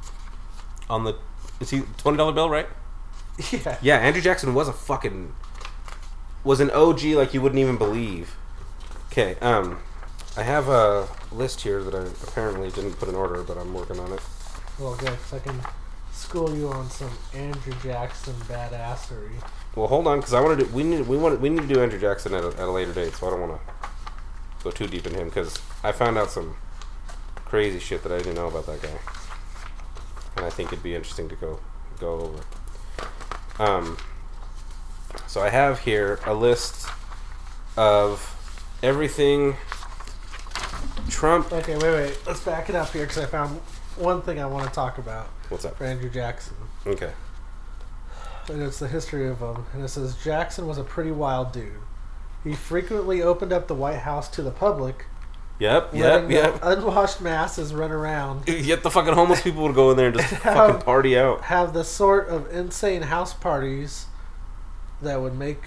[SPEAKER 2] on the is he twenty dollar bill, right?
[SPEAKER 1] Yeah.
[SPEAKER 2] Yeah, Andrew Jackson was a fucking was an OG like you wouldn't even believe. Okay, um, I have a list here that I apparently didn't put in order, but I'm working on it.
[SPEAKER 1] Well, good. 'cause I can school you on some Andrew Jackson badassery.
[SPEAKER 2] Well, hold on, because I want to do. We need. We want. We need to do Andrew Jackson at a, at a later date, so I don't want to go too deep in him because I found out some crazy shit that I didn't know about that guy, and I think it'd be interesting to go go over. Um. So I have here a list of everything Trump.
[SPEAKER 1] Okay, wait, wait. Let's back it up here because I found one thing I want to talk about
[SPEAKER 2] What's up?
[SPEAKER 1] for Andrew Jackson.
[SPEAKER 2] Okay.
[SPEAKER 1] And it's the history of him. And it says Jackson was a pretty wild dude. He frequently opened up the White House to the public,
[SPEAKER 2] Yep. Yep.
[SPEAKER 1] letting
[SPEAKER 2] Yep.
[SPEAKER 1] the unwashed masses run around,
[SPEAKER 2] Yet the fucking homeless people would go in there and just fucking party out.
[SPEAKER 1] have the sort of insane house parties that would make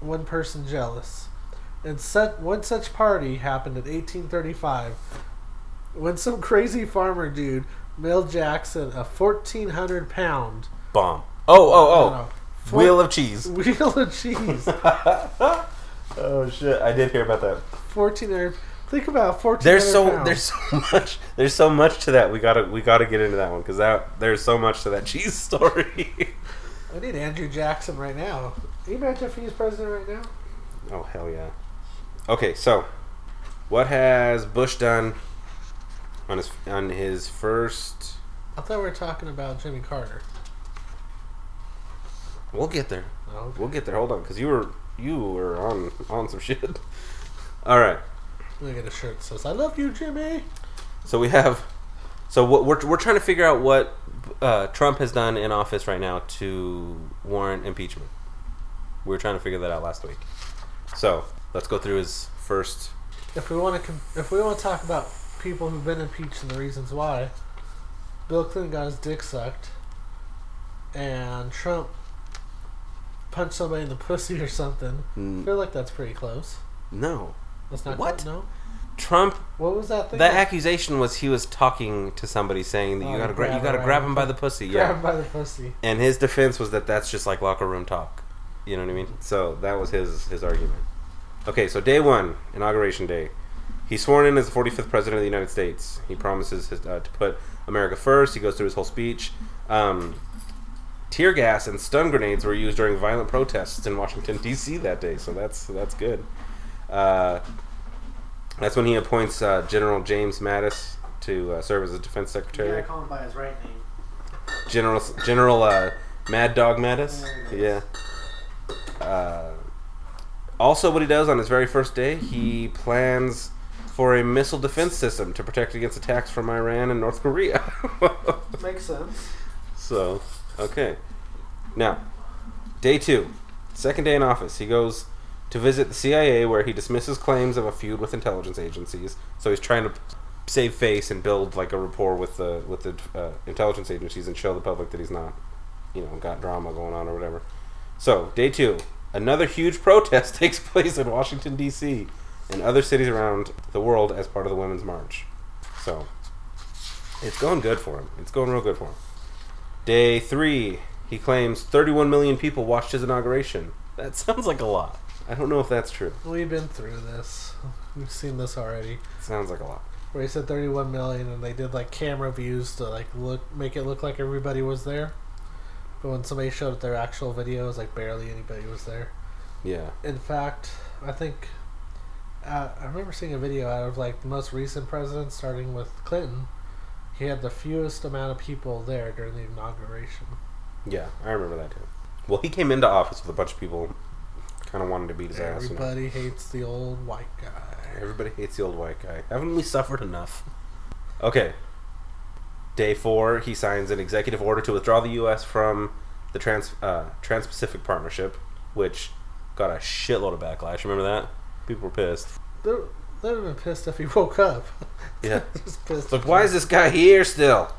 [SPEAKER 1] one person jealous. And such, one such party happened in 1835 when some crazy farmer dude mailed Jackson a 1,400 pound
[SPEAKER 2] Bomb. Oh. Oh. Oh.
[SPEAKER 1] no,
[SPEAKER 2] Wheel of cheese.
[SPEAKER 1] wheel of cheese.
[SPEAKER 2] Oh shit! I did hear about that.
[SPEAKER 1] 1,400. Think about 1,400
[SPEAKER 2] There's so
[SPEAKER 1] pounds.
[SPEAKER 2] there's so much there's so much to that. We gotta we gotta get into that one because that there's so much to that cheese story.
[SPEAKER 1] I need Andrew Jackson right now. Can you imagine if he's president right now?
[SPEAKER 2] oh hell yeah! Okay, so what has Bush done on his on his first?
[SPEAKER 1] I thought we were talking about Jimmy Carter.
[SPEAKER 2] We'll get there.
[SPEAKER 1] No.
[SPEAKER 2] We'll get there. Hold on, because you were you were on on some shit. All right.
[SPEAKER 1] I'm gonna get a shirt that says "I love you, Jimmy."
[SPEAKER 2] So we have. So what we're we're trying to figure out what uh, Trump has done in office right now to warrant impeachment. We were trying to figure that out last week. So let's go through his first.
[SPEAKER 1] If we want to, com- if we want to talk about people who've been impeached and the reasons why, Bill Clinton got his dick sucked, and Trump punched somebody in the pussy or something. I
[SPEAKER 2] N-
[SPEAKER 1] feel like that's pretty close.
[SPEAKER 2] No,
[SPEAKER 1] That's not
[SPEAKER 2] What?
[SPEAKER 1] Close, no.
[SPEAKER 2] Trump.
[SPEAKER 1] What was that thing?
[SPEAKER 2] That accusation was he was talking to somebody saying that
[SPEAKER 1] Oh,
[SPEAKER 2] you gotta
[SPEAKER 1] grab
[SPEAKER 2] gra- you
[SPEAKER 1] it
[SPEAKER 2] gotta
[SPEAKER 1] right
[SPEAKER 2] grab
[SPEAKER 1] now.
[SPEAKER 2] him by the pussy.
[SPEAKER 1] Grab
[SPEAKER 2] Yeah.
[SPEAKER 1] him by the pussy.
[SPEAKER 2] And his defense was that that's just like locker room talk. You know what I mean? So that was his his argument. Okay, so day one, inauguration day, he's sworn in as the 45th president of the United States. He promises his, uh, to put America first. He goes through his whole speech. Um, tear gas and stun grenades were used during violent protests in Washington D.C. that day, so that's that's good. Uh, that's when he appoints uh, General James Mattis to uh, serve as the defense secretary.
[SPEAKER 3] call him by his right name.
[SPEAKER 2] General General uh, Mad Dog Mattis.
[SPEAKER 3] There it
[SPEAKER 2] Yeah. Uh, also, what he does on his very first day, he plans for a missile defense system to protect against attacks from Iran and North Korea.
[SPEAKER 1] Makes sense.
[SPEAKER 2] so, okay. Now, day two, second day in office, he goes to visit the CIA, where he dismisses claims of a feud with intelligence agencies. So he's trying to save face and build like a rapport with the with the uh, intelligence agencies and show the public that he's not, you know, got drama going on or whatever. So day two, another huge protest takes place in Washington D.C. and other cities around the world as part of the Women's March. So it's going good for him. It's going real good for him. Day three, he claims 31 million people watched his inauguration. That sounds like a lot. I don't know if that's true.
[SPEAKER 1] We've been through this. We've seen this already.
[SPEAKER 2] It sounds like a lot.
[SPEAKER 1] where he said 31 million and they did like camera views to like look make it look like everybody was there but when somebody showed up their actual videos like barely anybody was there
[SPEAKER 2] Yeah.
[SPEAKER 1] in fact i think uh, i remember seeing a video out of like the most recent president starting with clinton he had the fewest amount of people there during the inauguration
[SPEAKER 2] Yeah, I remember that too. Well, he came into office with a bunch of people kind of wanting to beat his ass. you know. Uh,
[SPEAKER 1] everybody hates the old white guy
[SPEAKER 2] Everybody hates the old white guy. Haven't we suffered enough? Okay. Day four, he signs an executive order to withdraw the U.S. from the Trans uh, Trans-Pacific Partnership, which got a shitload of backlash. Remember that? People were pissed.
[SPEAKER 1] they they'd have been pissed if he woke up
[SPEAKER 2] Yeah.
[SPEAKER 1] Just pissed.
[SPEAKER 2] It's like, why is this guy here still?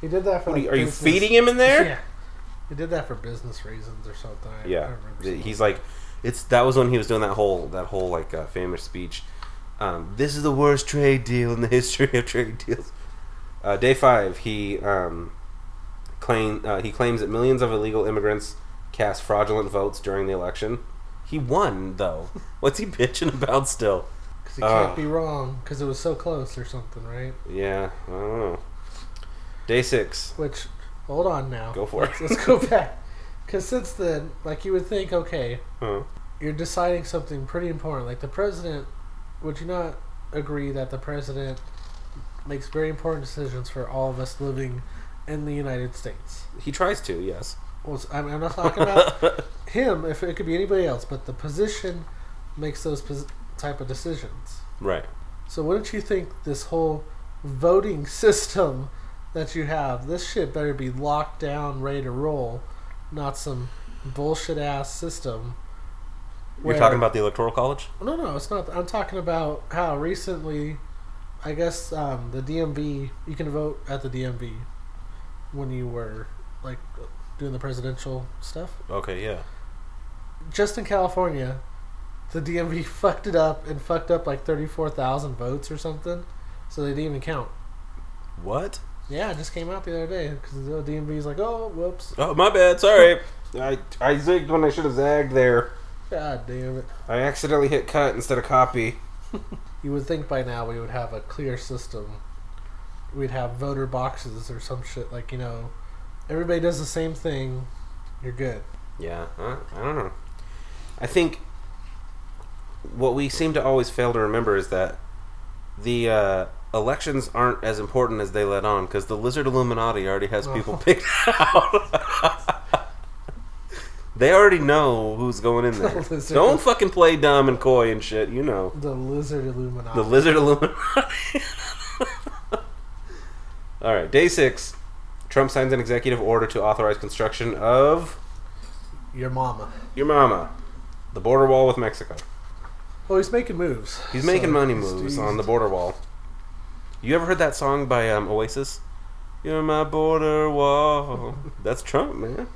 [SPEAKER 1] he did that for
[SPEAKER 2] What are you,
[SPEAKER 1] like,
[SPEAKER 2] are you
[SPEAKER 1] business-
[SPEAKER 2] feeding him in there?
[SPEAKER 1] Yeah. He did that for business reasons or something. I, I
[SPEAKER 2] Yeah,
[SPEAKER 1] remember
[SPEAKER 2] Th-
[SPEAKER 1] something.
[SPEAKER 2] he's like, it's that was when he was doing that whole that whole like uh, famous speech. Um, this is the worst trade deal in the history of trade deals. Uh, day five, he um, claim uh, he claims that millions of illegal immigrants cast fraudulent votes during the election. He won though. What's he bitching about still?
[SPEAKER 1] Because he can't
[SPEAKER 2] Ah.
[SPEAKER 1] be wrong because it was so close or something, right?
[SPEAKER 2] Yeah, I don't know. Day six.
[SPEAKER 1] Which, hold on now.
[SPEAKER 2] Go for it.
[SPEAKER 1] Let's go back. Because since then, like you would think, okay,
[SPEAKER 2] Huh.
[SPEAKER 1] you're deciding something pretty important. Like the president, would you not agree that the president makes very important decisions for all of us living in the United States?
[SPEAKER 2] He tries to. Yes.
[SPEAKER 1] Well, I'm, I'm not talking about him. If it could be anybody else, but the position makes those pos- type of decisions.
[SPEAKER 2] Right.
[SPEAKER 1] So wouldn't you think this whole voting system that you have, this shit better be locked down, ready to roll, not some bullshit ass system.
[SPEAKER 2] You're talking about the electoral college.
[SPEAKER 1] No, no, it's not. I'm talking about how recently, I guess um, the DMV, you can vote at the DMV when you were like doing the presidential stuff.
[SPEAKER 2] Okay. Yeah.
[SPEAKER 1] Just in California, the DMV fucked it up and fucked up like 34,000 votes or something, so they didn't even count.
[SPEAKER 2] What?
[SPEAKER 1] Yeah, it just came out the other day because the DMV's like, oh, whoops,
[SPEAKER 2] Oh, my bad. Sorry. I I zigged when I should have zagged there.
[SPEAKER 1] god damn it.
[SPEAKER 2] I accidentally hit cut instead of copy.
[SPEAKER 1] You would think by now we would have a clear system. We'd have voter boxes or some shit like you know, everybody does the same thing. You're good.
[SPEAKER 2] Yeah, I, I don't know. I think what we seem to always fail to remember is that the uh, elections aren't as important as they let on because the lizard Illuminati already has people
[SPEAKER 1] Oh.
[SPEAKER 2] picked out. they already know who's going in there.
[SPEAKER 1] The lizard-
[SPEAKER 2] Don't fucking play dumb and coy and shit. You know
[SPEAKER 1] The lizard Illuminati.
[SPEAKER 2] the lizard Illuminati. All right, day six. Trump signs an executive order to authorize construction of
[SPEAKER 1] Your mama.
[SPEAKER 2] your mama. The border wall with Mexico.
[SPEAKER 1] Well, he's making moves.
[SPEAKER 2] He's
[SPEAKER 1] So
[SPEAKER 2] making money
[SPEAKER 1] he's-
[SPEAKER 2] moves
[SPEAKER 1] he's-
[SPEAKER 2] on the border wall. You ever heard that song by um, Oasis? You're my border wall. That's Trump, man.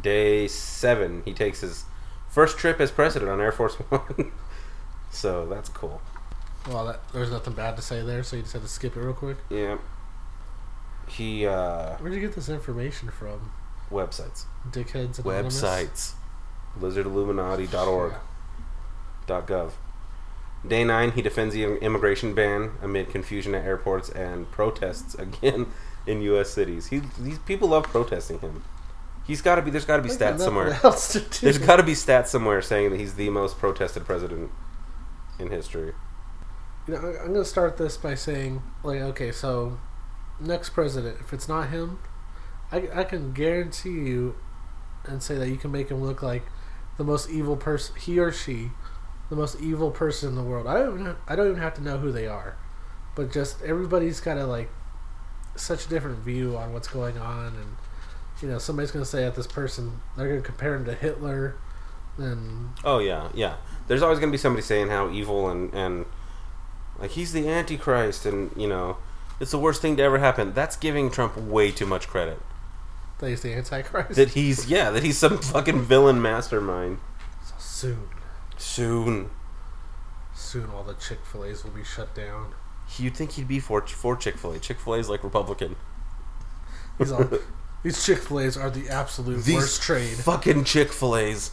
[SPEAKER 2] Day seven, he takes his first trip as president on Air Force One. so that's cool.
[SPEAKER 1] Well, that, there's nothing bad to say there, so you just had to skip it real quick.
[SPEAKER 2] Yeah. He, uh,
[SPEAKER 1] Where'd you get this information from?
[SPEAKER 2] websites.
[SPEAKER 1] Dickheads Anonymous?
[SPEAKER 2] Websites. LizardIlluminati.org.
[SPEAKER 1] Yeah.
[SPEAKER 2] .gov. Day nine, he defends the immigration ban amid confusion at airports and protests again in U.S. cities. He, these people love protesting him. He's got to be. There's got to be
[SPEAKER 1] I got
[SPEAKER 2] stats
[SPEAKER 1] nothing
[SPEAKER 2] somewhere.
[SPEAKER 1] Else to do.
[SPEAKER 2] There's got to be stats somewhere saying that he's the most protested president in history.
[SPEAKER 1] You know, I- I'm going to start this by saying, like, okay, so next president, if it's not him, I, I can guarantee you and say that you can make him look like the most evil person, he or she, the most evil person in the world. I don't even have, I don't even have to know who they are, but just everybody's got to like such a different view on what's going on, and you know, somebody's going to say that this person they're going to compare him to Hitler, and
[SPEAKER 2] Oh yeah, yeah. There's always gonna be somebody saying how evil and and like he's the antichrist and you know it's the worst thing to ever happen. That's giving Trump way too much credit.
[SPEAKER 1] that he's the Antichrist.
[SPEAKER 2] That he's yeah, that he's some fucking villain mastermind.
[SPEAKER 1] so soon.
[SPEAKER 2] Soon.
[SPEAKER 1] Soon all the Chick fil A's will be shut down.
[SPEAKER 2] You'd think he'd be for for Chick Fil A. Chick Fil A is like Republican.
[SPEAKER 1] He's all, These Chick fil A's are the absolute
[SPEAKER 2] These
[SPEAKER 1] worst trade.
[SPEAKER 2] Fucking Chick Fil A's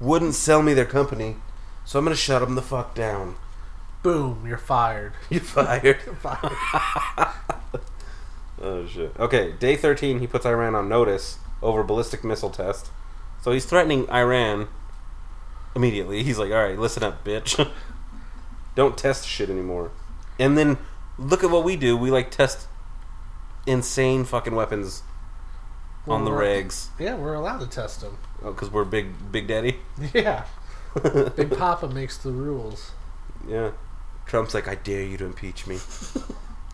[SPEAKER 2] wouldn't sell me their company, so I'm gonna shut them the fuck down.
[SPEAKER 1] Boom, you're fired.
[SPEAKER 2] You fired.
[SPEAKER 1] You're fired.
[SPEAKER 2] Oh shit. Okay, day thirteen, he puts Iran on notice over ballistic missile test. So he's threatening Iran immediately. He's like, "All right, listen up, bitch. Don't test shit anymore." And then look at what we do. We like test insane fucking weapons on the
[SPEAKER 1] Well, we're-
[SPEAKER 2] regs
[SPEAKER 1] Yeah, we're allowed to test them.
[SPEAKER 2] because we're big, big daddy.
[SPEAKER 1] Yeah. Big Papa makes the rules.
[SPEAKER 2] yeah. Trump's like, "I dare you to impeach me.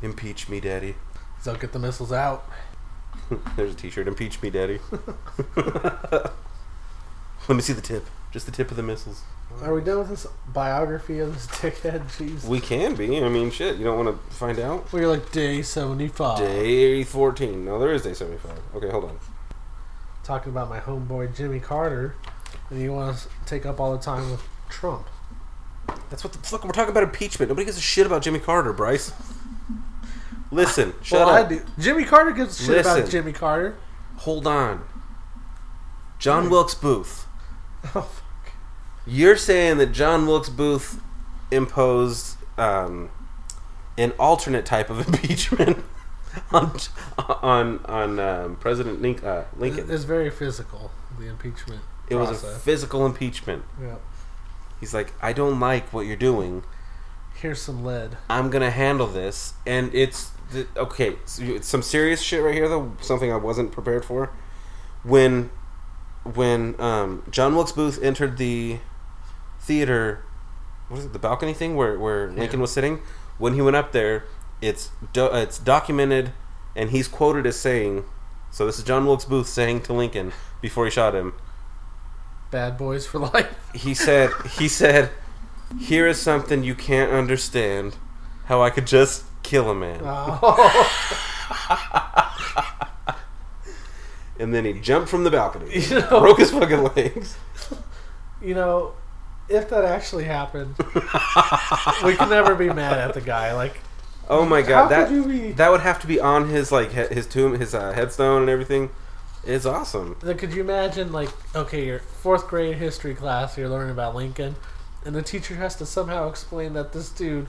[SPEAKER 2] impeach me, daddy."
[SPEAKER 1] So get the missiles out.
[SPEAKER 2] There's a T-shirt. Impeach me, Daddy. Let me see the tip. Just the tip of the missiles.
[SPEAKER 1] Are we done with this biography of this dickhead? Jeez.
[SPEAKER 2] We can be. I mean, shit. You don't want to find out.
[SPEAKER 1] We're like day 75.
[SPEAKER 2] Uh-huh. Day fourteen. No, there is day seventy-five. Okay, hold on.
[SPEAKER 1] Talking about my homeboy Jimmy Carter, and you want to take up all the time with Trump.
[SPEAKER 2] That's what the fuck we're talking about. Impeachment. Nobody gives a shit about Jimmy Carter, Bryce. Listen. shut
[SPEAKER 1] well,
[SPEAKER 2] up.
[SPEAKER 1] I do. Jimmy Carter gives a shit about
[SPEAKER 2] Listen.
[SPEAKER 1] Jimmy Carter. Mm-hmm.
[SPEAKER 2] Hold on. John Wilkes Booth.
[SPEAKER 1] Oh, fuck.
[SPEAKER 2] You're saying that John Wilkes Booth imposed um, an alternate type of impeachment on on on um, President Link, uh, Lincoln.
[SPEAKER 1] It's very physical, the impeachment.
[SPEAKER 2] It was a
[SPEAKER 1] process.
[SPEAKER 2] physical impeachment.
[SPEAKER 1] yeah.
[SPEAKER 2] He's like, I don't like what you're doing.
[SPEAKER 1] Here's some lead.
[SPEAKER 2] I'm gonna handle this, and it's th- okay. So you- it's some serious shit right here, though. Something I wasn't prepared for. When, when um, John Wilkes Booth entered the theater, what is it? The balcony thing where where Lincoln was sitting. When he went up there, it's do, uh, it's documented, and he's quoted as saying. So this is John Wilkes Booth saying to Lincoln before he shot him.
[SPEAKER 1] Bad boys for life.
[SPEAKER 2] He said, he said, here is something you can't understand, how I could just kill a man.
[SPEAKER 1] Oh.
[SPEAKER 2] and then he jumped from the balcony,
[SPEAKER 1] You know-
[SPEAKER 2] broke his fucking legs.
[SPEAKER 1] you know, if that actually happened, we can never be mad at the guy. Like,
[SPEAKER 2] Oh my
[SPEAKER 1] how
[SPEAKER 2] god, that
[SPEAKER 1] could you be?
[SPEAKER 2] that would have to be on his like he, his tomb, his uh, headstone, and everything. It's awesome.
[SPEAKER 1] Like, could you imagine, like, okay, your fourth grade history class, you're learning about Lincoln, and the teacher has to somehow explain that this dude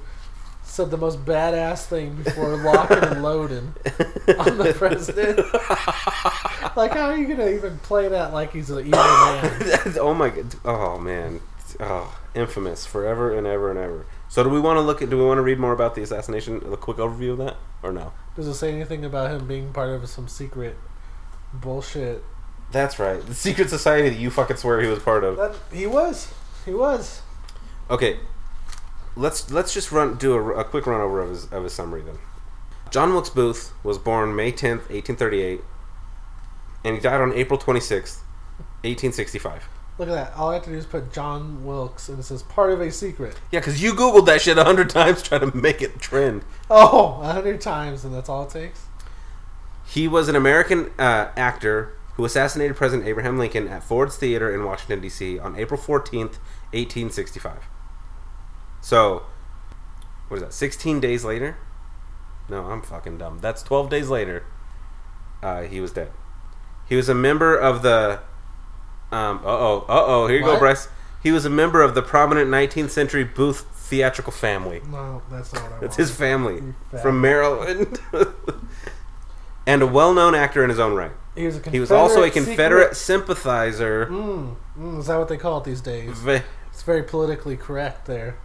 [SPEAKER 1] said the most badass thing before locking and loading on the president. like, how are you gonna even play that like he's an evil man?
[SPEAKER 2] That's- oh my god. Oh man. Oh, infamous forever and ever and ever. So do we want to look at? Do we want to read more about the assassination? A quick overview of that, or no?
[SPEAKER 1] Does it say anything about him being part of some secret bullshit?
[SPEAKER 2] That's right. The secret society that you fucking swear he was part of.
[SPEAKER 1] That he was, he was.
[SPEAKER 2] Okay, let's let's just run do a, a quick run over of his of his summary then. John Wilkes Booth was born May tenth, eighteen thirty eight, and he died on April twenty sixth, eighteen sixty five.
[SPEAKER 1] Look at that. All I have to do is put John Wilkes, and it says part of a secret.
[SPEAKER 2] Yeah, because you googled that shit a hundred times trying to make it trend.
[SPEAKER 1] Oh, a hundred times, and that's all it takes.
[SPEAKER 2] He was an American uh, actor who assassinated President Abraham Lincoln at Ford's Theater in Washington, D.C. on April 14th, 1865. So, what is that, 16 days later? No, I'm fucking dumb. That's 12 days later. Uh, he was dead. He was a member of the. Um, uh oh, uh oh, here you go,
[SPEAKER 1] What?
[SPEAKER 2] Bryce. He was a member of the prominent 19th century Booth theatrical family.
[SPEAKER 1] No, that's not what I
[SPEAKER 2] That's
[SPEAKER 1] want.
[SPEAKER 2] his family
[SPEAKER 1] Fat.
[SPEAKER 2] from Maryland. and a well known actor in his own right.
[SPEAKER 1] He was a Confederate
[SPEAKER 2] He was also a Confederate
[SPEAKER 1] secret-
[SPEAKER 2] sympathizer.
[SPEAKER 1] Mm, mm, is that what they call it these days?
[SPEAKER 2] V-
[SPEAKER 1] It's very politically correct there.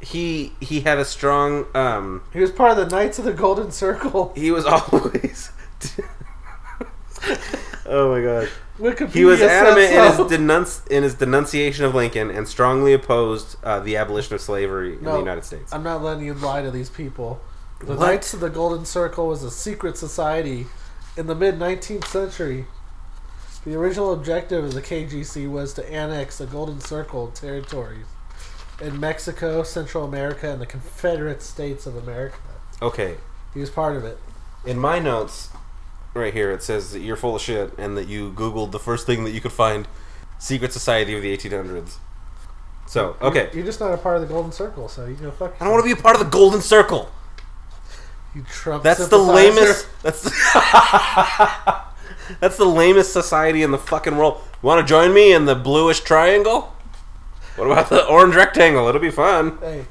[SPEAKER 2] He he had a strong um
[SPEAKER 1] He was part of the Knights of the Golden Circle.
[SPEAKER 2] he was always Oh my god.
[SPEAKER 1] Wikipedia
[SPEAKER 2] He was
[SPEAKER 1] says
[SPEAKER 2] adamant in his
[SPEAKER 1] so.
[SPEAKER 2] denunci- in his denunciation of Lincoln and strongly opposed uh, the abolition of slavery in the
[SPEAKER 1] No.
[SPEAKER 2] United States.
[SPEAKER 1] I'm not letting you lie to these people. The
[SPEAKER 2] What?
[SPEAKER 1] Knights of the Golden Circle was a secret society in the mid 19th century. The original objective of the KGC was to annex the Golden Circle territories in Mexico, Central America, and the Confederate States of America.
[SPEAKER 2] Okay.
[SPEAKER 1] He was part of it.
[SPEAKER 2] In my notes, right here, it says that you're full of shit and that you Googled the first thing that you could find Secret Society of the 1800s. So, okay.
[SPEAKER 1] You're just not a part of the Golden Circle, so you can go fuck
[SPEAKER 2] I don't want to be a part of the Golden Circle.
[SPEAKER 1] You Trump
[SPEAKER 2] That's the
[SPEAKER 1] sympathizer.
[SPEAKER 2] lamest. That's that's the lamest society in the fucking world. Want to join me in the bluish triangle? What about the orange rectangle? It'll be fun.
[SPEAKER 1] Hey,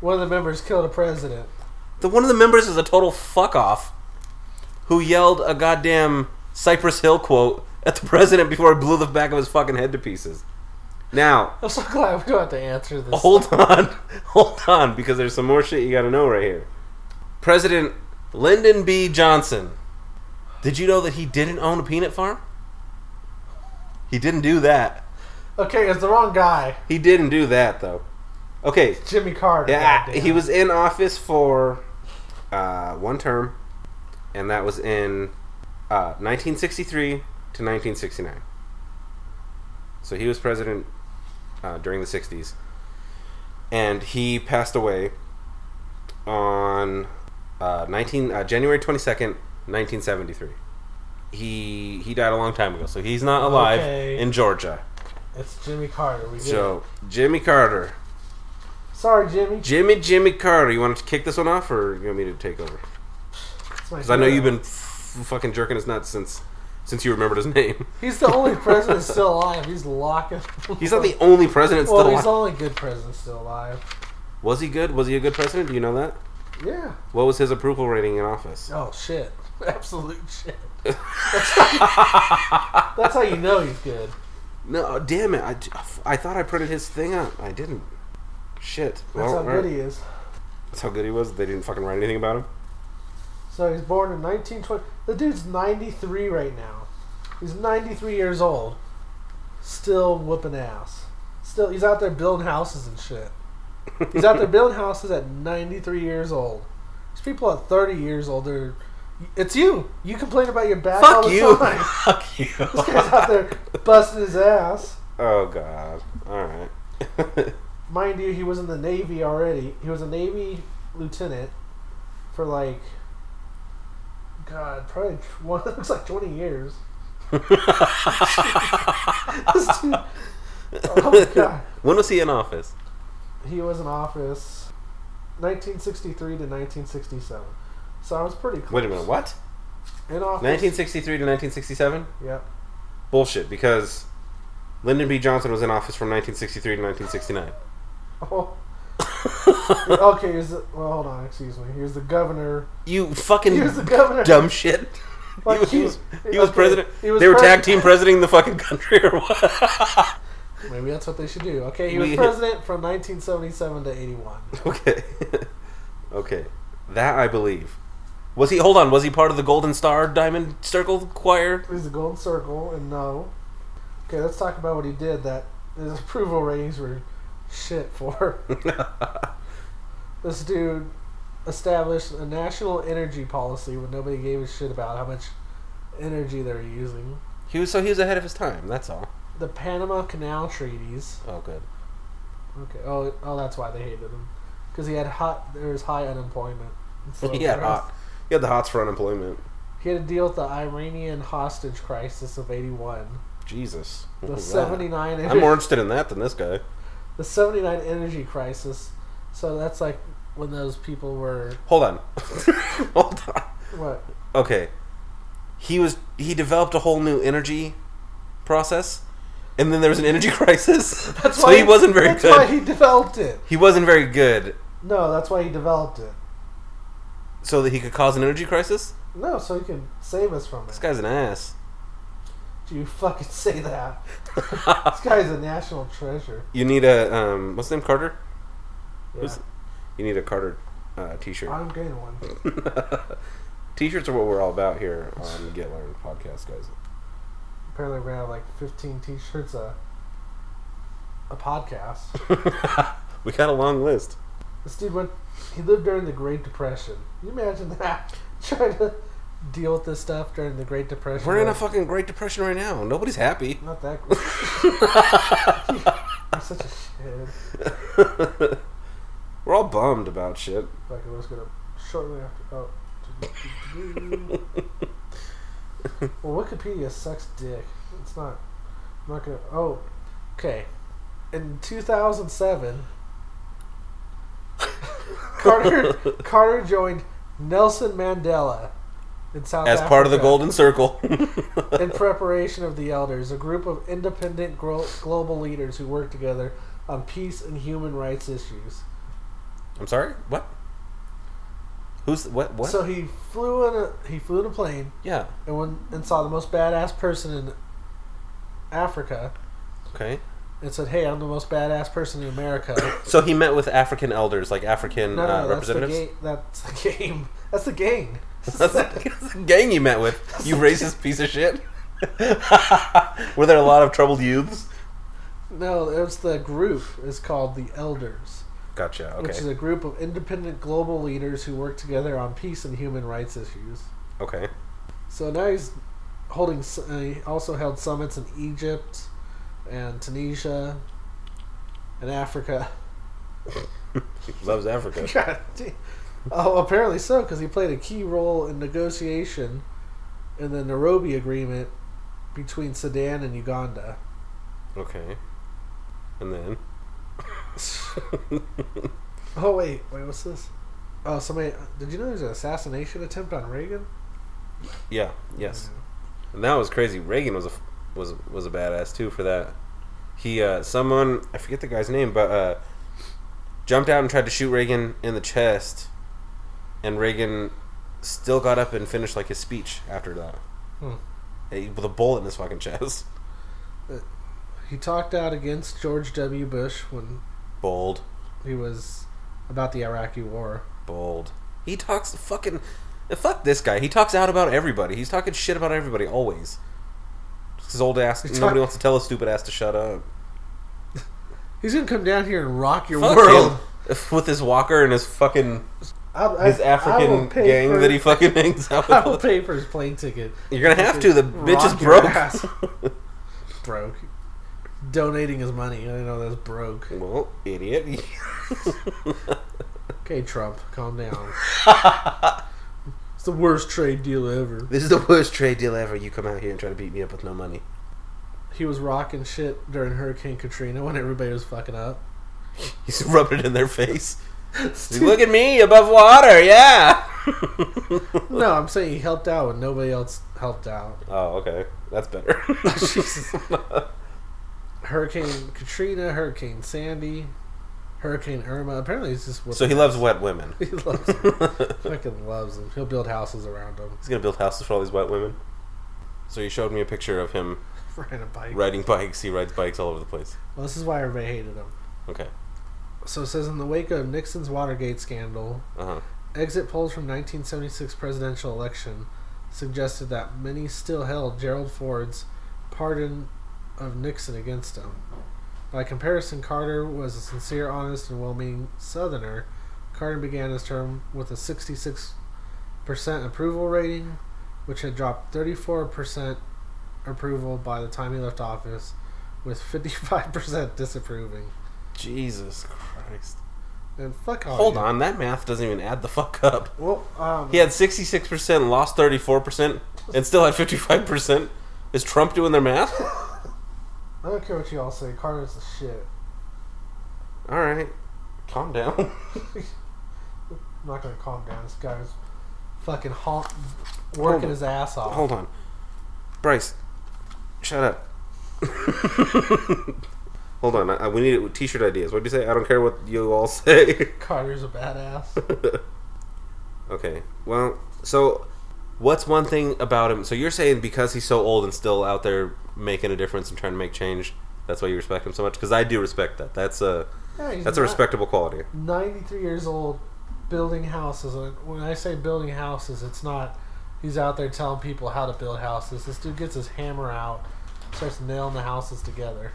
[SPEAKER 1] one of the members killed a president.
[SPEAKER 2] The one of the members is a total fuck off, who yelled a goddamn Cypress Hill quote at the president before he blew the back of his fucking head to pieces. Now,
[SPEAKER 1] I'm so glad we don't have to answer this.
[SPEAKER 2] hold on, hold on, because there's some more shit you got to know right here. President Lyndon B. Johnson. Did you know that he didn't own a peanut farm? He didn't do that.
[SPEAKER 1] Okay, it's the wrong guy.
[SPEAKER 2] He didn't do that though. Okay,
[SPEAKER 1] Jimmy Carter.
[SPEAKER 2] yeah,
[SPEAKER 1] goddamn.
[SPEAKER 2] he was in office for uh, one term, and that was in uh, 1963 to 1969. So he was president uh, during the 60s, and he passed away on uh, 19 uh, January 22nd, 1973. He he died a long time ago, so he's not alive
[SPEAKER 1] Okay.
[SPEAKER 2] in Georgia.
[SPEAKER 1] It's Jimmy Carter. We did. it.
[SPEAKER 2] So Jimmy Carter.
[SPEAKER 1] Sorry, Jimmy.
[SPEAKER 2] Jimmy Jimmy Carter, you want to kick this one off, or you want me to take over?
[SPEAKER 1] It's my
[SPEAKER 2] Because I know
[SPEAKER 1] hero.
[SPEAKER 2] you've been f- fucking jerking his nuts since since you remembered his name.
[SPEAKER 1] He's the only president still alive. He's locking.
[SPEAKER 2] He's not the only president
[SPEAKER 1] Well,
[SPEAKER 2] still
[SPEAKER 1] he's
[SPEAKER 2] alive.
[SPEAKER 1] the only good president still alive.
[SPEAKER 2] Was he good? Was he a good president? Do you know that?
[SPEAKER 1] Yeah.
[SPEAKER 2] What was his approval rating in office?
[SPEAKER 1] Oh shit! Absolute shit. That's how you know he's good.
[SPEAKER 2] No, uh, damn it! I, I thought I printed his thing up. I didn't. Shit.
[SPEAKER 1] That's
[SPEAKER 2] Well,
[SPEAKER 1] how
[SPEAKER 2] alright.
[SPEAKER 1] good he is.
[SPEAKER 2] That's how good he was. They didn't fucking write anything about him.
[SPEAKER 1] So he's born in 1920. The dude's 93 right now. He's 93 years old. Still whooping ass. Still, he's out there building houses and shit. He's out there building houses at 93 years old. There's people at 30 years old. They're, it's you. You complain about your back all
[SPEAKER 2] Fuck
[SPEAKER 1] the
[SPEAKER 2] you.
[SPEAKER 1] time.
[SPEAKER 2] Fuck you.
[SPEAKER 1] This guy's out there busting his ass.
[SPEAKER 2] Oh god. All right.
[SPEAKER 1] Mind you, he was in the Navy already. He was a Navy lieutenant for like, God, probably tw- one looks like twenty years. This dude- oh my god,
[SPEAKER 2] when was he in office?
[SPEAKER 1] he was in office, 1963 to 1967. So I was pretty close.
[SPEAKER 2] Wait a minute. What?
[SPEAKER 1] In office.
[SPEAKER 2] 1963 to 1967?
[SPEAKER 1] Yep.
[SPEAKER 2] Bullshit. Because Lyndon B. Johnson was in office from 1963 to 1969.
[SPEAKER 1] Oh. okay. Here's the, well, hold on. Excuse me. Here's the governor.
[SPEAKER 2] You fucking
[SPEAKER 1] He was the governor.
[SPEAKER 2] dumb shit.
[SPEAKER 1] Like,
[SPEAKER 2] he,
[SPEAKER 1] he-
[SPEAKER 2] was, he was
[SPEAKER 1] okay,
[SPEAKER 2] president.
[SPEAKER 1] he was
[SPEAKER 2] they were
[SPEAKER 1] pres-
[SPEAKER 2] tag team presidenting the fucking country or what?
[SPEAKER 1] Maybe that's what they should do. Okay, he was
[SPEAKER 2] We-
[SPEAKER 1] president from 1977 to 81.
[SPEAKER 2] okay. okay. That I believe. Was he, hold on, was he part of the Golden Star Diamond Circle Choir?
[SPEAKER 1] He's the Golden Circle, and no. Okay, let's talk about what he did that his approval ratings were shit for. this dude established a national energy policy when nobody gave a shit about how much energy they were using.
[SPEAKER 2] He was so he was ahead of his time. That's all.
[SPEAKER 1] The Panama Canal treaties.
[SPEAKER 2] Oh, good.
[SPEAKER 1] Okay. Oh, oh, that's why they hated him, because he had hot. There was high unemployment. So
[SPEAKER 2] he had hot. He had the hots for unemployment.
[SPEAKER 1] He had to deal with the Iranian hostage crisis of '81.
[SPEAKER 2] Jesus. Look
[SPEAKER 1] The
[SPEAKER 2] at that.
[SPEAKER 1] 79
[SPEAKER 2] Oh, I'm more interested in that than this guy.
[SPEAKER 1] the 79 energy crisis. So that's like when those people were
[SPEAKER 2] Hold on. Hold on.
[SPEAKER 1] what?
[SPEAKER 2] Okay. He was he developed a whole new energy process, and then there was an energy crisis.
[SPEAKER 1] That's
[SPEAKER 2] so he wasn't very
[SPEAKER 1] that's
[SPEAKER 2] good.
[SPEAKER 1] why
[SPEAKER 2] he...
[SPEAKER 1] he developed it.
[SPEAKER 2] wasn't very good,
[SPEAKER 1] No, that's why he developed it.
[SPEAKER 2] so that he could cause an energy crisis.
[SPEAKER 1] No, so he can save us from
[SPEAKER 2] This
[SPEAKER 1] it.
[SPEAKER 2] guy's an ass.
[SPEAKER 1] Do you fucking say that? this guy's a national treasure.
[SPEAKER 2] You need a um, what's his name Carter?
[SPEAKER 1] Yeah.
[SPEAKER 2] Who's- You need a Carter uh, t-shirt.
[SPEAKER 1] I'm getting one.
[SPEAKER 2] T-shirts are what we're all about here on the Get Learned podcast, guys.
[SPEAKER 1] Apparently, we're gonna have like 15 t-shirts a a podcast.
[SPEAKER 2] we got a long list.
[SPEAKER 1] This dude went. He lived during the Great Depression. Can you imagine that? Trying to deal with this stuff during the Great Depression.
[SPEAKER 2] We're in a
[SPEAKER 1] Like,
[SPEAKER 2] fucking Great Depression right now. Nobody's happy.
[SPEAKER 1] Not that great. I'm such a shit.
[SPEAKER 2] We're all bummed about shit.
[SPEAKER 1] Like I was gonna shortly after. Oh. well, Wikipedia sucks dick. It's not. I'm not gonna. Oh, okay. In 2007, Carter Carter joined Nelson Mandela in South
[SPEAKER 2] As part of the
[SPEAKER 1] Africa.
[SPEAKER 2] Golden Circle.
[SPEAKER 1] in preparation of the elders, a group of independent gro- global leaders who work together on peace and human rights issues.
[SPEAKER 2] I'm sorry. What? Who's what? What?
[SPEAKER 1] So he flew in a he flew in a plane
[SPEAKER 2] yeah.
[SPEAKER 1] and went and saw the most badass person in Africa
[SPEAKER 2] Okay.
[SPEAKER 1] and said, "Hey, I'm the most badass person in America."
[SPEAKER 2] So he met with African elders, like African
[SPEAKER 1] No,
[SPEAKER 2] uh,
[SPEAKER 1] no, that's the
[SPEAKER 2] representatives.
[SPEAKER 1] game. That's the game. That's the gang.
[SPEAKER 2] That's the, that's the gang you met with. You racist piece of shit. Were there a lot of troubled youths?
[SPEAKER 1] no, it's the group. It's called the Elders,
[SPEAKER 2] Gotcha. Okay.
[SPEAKER 1] which is a group of independent global leaders who work together on peace and human rights issues.
[SPEAKER 2] okay.
[SPEAKER 1] So now he's holding. s- Uh, he also held summits in Egypt, and Tunisia, and Africa.
[SPEAKER 2] Loves Africa.
[SPEAKER 1] God damn. Oh, apparently so, because he played a key role in negotiation in the Nairobi Agreement between Sudan and Uganda.
[SPEAKER 2] Okay. And then.
[SPEAKER 1] Oh wait, wait, what's this? Oh, somebody. Did you know there's an assassination attempt on Reagan?
[SPEAKER 2] yeah. Yes. And that was crazy. Reagan was a f- was was a badass too for that. He uh, someone I forget the guy's name, but uh, jumped out and tried to shoot Reagan in the chest, and Reagan still got up and finished like his speech after that.
[SPEAKER 1] Hmm.
[SPEAKER 2] He- With a bullet in his fucking chest.
[SPEAKER 1] He talked out against George W. Bush when
[SPEAKER 2] Bold,
[SPEAKER 1] he was about the Iraqi War.
[SPEAKER 2] bold. He talks fucking. Fuck this guy. He talks out about everybody. He's talking shit about everybody always. His old ass.
[SPEAKER 1] He
[SPEAKER 2] nobody
[SPEAKER 1] talk-
[SPEAKER 2] wants to tell his stupid ass to shut up.
[SPEAKER 1] He's gonna come down here and rock your
[SPEAKER 2] Fuck
[SPEAKER 1] world.
[SPEAKER 2] him. With his walker and his fucking
[SPEAKER 1] I, I,
[SPEAKER 2] his
[SPEAKER 1] I will
[SPEAKER 2] African
[SPEAKER 1] pay
[SPEAKER 2] gang
[SPEAKER 1] for-
[SPEAKER 2] that he fucking hangs out
[SPEAKER 1] I will
[SPEAKER 2] with.
[SPEAKER 1] pay for his plane ticket.
[SPEAKER 2] You're gonna have to. The bitch is
[SPEAKER 1] Rock your
[SPEAKER 2] broke.
[SPEAKER 1] ass. Broke. Donating his money. I know that's broke.
[SPEAKER 2] well, idiot.
[SPEAKER 1] Okay, Trump, calm down. it's the worst trade deal ever.
[SPEAKER 2] this is the worst trade deal ever. You come out here and try to beat me up with no money.
[SPEAKER 1] He was rocking shit during Hurricane Katrina when everybody was fucking up.
[SPEAKER 2] He's rubbing it in their face. Look at me above water. Yeah. oh,
[SPEAKER 1] no, I'm saying he helped out when nobody else helped out.
[SPEAKER 2] okay. That's better.
[SPEAKER 1] Jesus. Hurricane Katrina, Hurricane Sandy, Hurricane Irma. Apparently, he's just
[SPEAKER 2] so he loves wet women.
[SPEAKER 1] he loves
[SPEAKER 2] He's
[SPEAKER 1] them.
[SPEAKER 2] gonna
[SPEAKER 1] Fucking loves them. He'll build houses around them.
[SPEAKER 2] build houses for all these wet women. So he showed me a picture of him
[SPEAKER 1] Riding a bike.
[SPEAKER 2] riding bikes. He rides bikes all over the place.
[SPEAKER 1] Well, this is why everybody hated him.
[SPEAKER 2] Okay.
[SPEAKER 1] So it says in the wake of Nixon's Watergate scandal,
[SPEAKER 2] Uh huh.
[SPEAKER 1] exit polls from 1976 presidential election suggested that many still held Gerald Ford's pardon of Nixon against him. By comparison, Carter was a sincere, honest, and well-meaning Southerner. Carter began his term with a 66% approval rating, which had dropped 34% approval by the time he left office, with 55% disapproving.
[SPEAKER 2] Jesus Christ.
[SPEAKER 1] And fuck all
[SPEAKER 2] Hold
[SPEAKER 1] you.
[SPEAKER 2] on, that math doesn't even add the fuck up.
[SPEAKER 1] Well, um,
[SPEAKER 2] He had 66%, lost 34%, and still had 55%. Is Trump doing their math?
[SPEAKER 1] I don't care what you all say. Carter's the shit.
[SPEAKER 2] Alright, calm down.
[SPEAKER 1] I'm not gonna calm down. This guy's fucking honk, working
[SPEAKER 2] on.
[SPEAKER 1] his ass off.
[SPEAKER 2] Hold on. Bryce, shut up. Hold on, I, we need t shirt ideas. What do you say? I don't care what you all say.
[SPEAKER 1] Carter's a badass.
[SPEAKER 2] okay, well, so what's one thing about him? So you're saying because he's so old and still out there making a difference and trying to make change, that's why you respect him so much? Because I do respect that. That's a.
[SPEAKER 1] Yeah, he's
[SPEAKER 2] That's a
[SPEAKER 1] not-
[SPEAKER 2] respectable quality.
[SPEAKER 1] 93 years old, building houses. And When I say building houses, it's not he's out there telling people how to build houses. This dude gets his hammer out, starts nailing the houses together.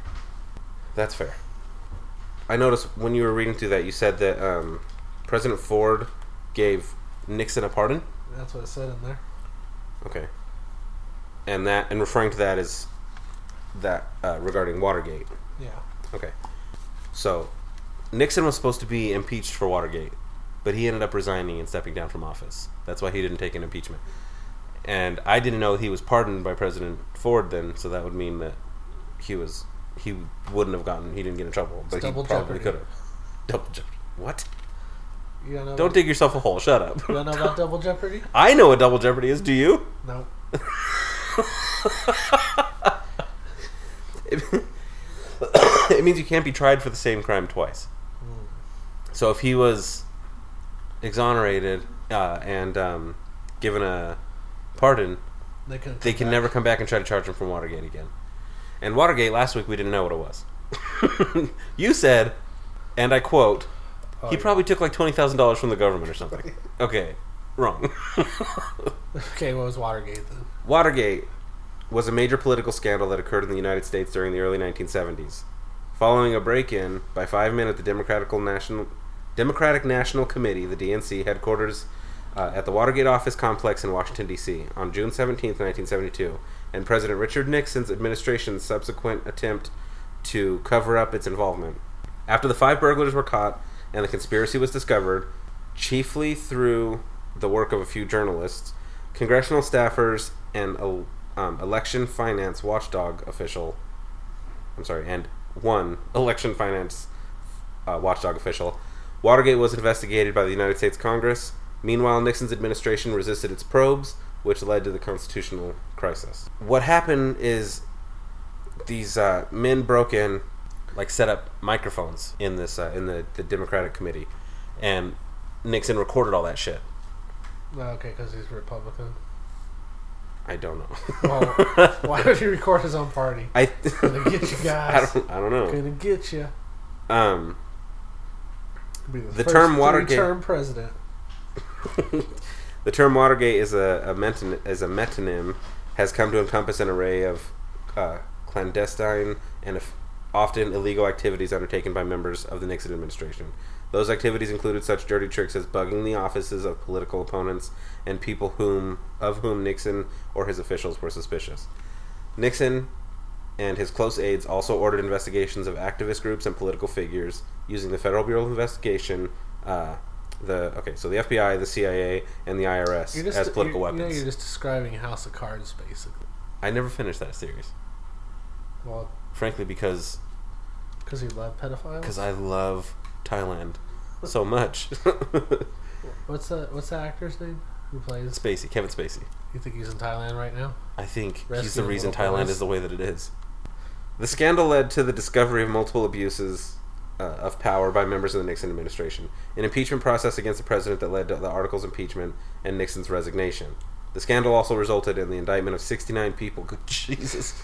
[SPEAKER 2] That's fair. I noticed when you were reading through that, you said that um, President Ford gave Nixon a pardon.
[SPEAKER 1] That's what it said in there.
[SPEAKER 2] Okay. And that, and referring to that is that uh, regarding Watergate.
[SPEAKER 1] Yeah.
[SPEAKER 2] Okay. So Nixon was supposed to be impeached for Watergate, but he ended up resigning and stepping down from office. That's why he didn't take an impeachment. And I didn't know he was pardoned by President Ford then, so that would mean that he was he wouldn't have gotten he didn't get in trouble, but
[SPEAKER 1] double
[SPEAKER 2] he probably
[SPEAKER 1] jeopardy.
[SPEAKER 2] could have. Double jeopardy. What?
[SPEAKER 1] You don't know.
[SPEAKER 2] Don't
[SPEAKER 1] about,
[SPEAKER 2] dig yourself a hole. Shut
[SPEAKER 1] you
[SPEAKER 2] up.
[SPEAKER 1] don't know about double jeopardy?
[SPEAKER 2] I know what double jeopardy is. Do you?
[SPEAKER 1] No.
[SPEAKER 2] it means you can't be tried for the same crime twice. So if he was exonerated uh, and um, given a pardon,
[SPEAKER 1] They could.
[SPEAKER 2] they can never come back and try to charge him from Watergate again. And Watergate last week we didn't know what it was. you said, and I quote, he probably took like twenty thousand dollars from the government or something. okay, wrong.
[SPEAKER 1] Okay, what was Watergate then?
[SPEAKER 2] Watergate was a major political scandal that occurred in the United States during the early 1970s. Following a break-in by five men at the Democratic National Democratic National Committee, the DNC headquarters uh, at the Watergate office complex in Washington D.C. on June 17, 1972, and President Richard Nixon's administration's subsequent attempt to cover up its involvement. After the five burglars were caught and the conspiracy was discovered, chiefly through the work of a few journalists, congressional staffers, and el- um, election finance watchdog official, I'm sorry, and one election finance uh, watchdog official, Watergate was investigated by the United States Congress. Meanwhile, Nixon's administration resisted its probes, which led to the constitutional crisis. What happened is these uh, men broke in, like set up microphones in this uh, in the, the Democratic committee, and Nixon recorded all that shit.
[SPEAKER 1] No, okay, because he's Republican.
[SPEAKER 2] I don't know.
[SPEAKER 1] Well, Oh, Why would he record his own party?
[SPEAKER 2] I
[SPEAKER 1] Gonna get you
[SPEAKER 2] I
[SPEAKER 1] guys.
[SPEAKER 2] don't, I don't know.
[SPEAKER 1] Gonna get you.
[SPEAKER 2] Um,
[SPEAKER 1] Be
[SPEAKER 2] The term Watergate-
[SPEAKER 1] Term president.
[SPEAKER 2] the term Watergate is a, a meton- is a metonym has come to encompass an array of uh, clandestine and if often illegal activities undertaken by members of the Nixon administration. Those activities included such dirty tricks as bugging the offices of political opponents and people whom of whom Nixon or his officials were suspicious. Nixon and his close aides also ordered investigations of activist groups and political figures using the Federal Bureau of Investigation, uh, the okay, so the FBI, the CIA, and the IRS
[SPEAKER 1] You're just,
[SPEAKER 2] as political
[SPEAKER 1] you're,
[SPEAKER 2] weapons.
[SPEAKER 1] You know, you're just describing House of Cards, basically.
[SPEAKER 2] I never finished that series,
[SPEAKER 1] Well,
[SPEAKER 2] frankly, because
[SPEAKER 1] because he loved pedophiles.
[SPEAKER 2] because I love Thailand so much.
[SPEAKER 1] What's that? What's that actor's name who plays?
[SPEAKER 2] Spacey, Kevin Spacey.
[SPEAKER 1] You think he's in Thailand right now?
[SPEAKER 2] I think he's
[SPEAKER 1] Rescue
[SPEAKER 2] the
[SPEAKER 1] the
[SPEAKER 2] reason
[SPEAKER 1] little
[SPEAKER 2] Thailand
[SPEAKER 1] boys.
[SPEAKER 2] is the way that it is. The scandal led to the discovery of multiple abuses uh, of power by members of the Nixon administration, an impeachment process against the president that led to the article's impeachment and Nixon's resignation. The scandal also resulted in the indictment of 69 people. Good Jesus.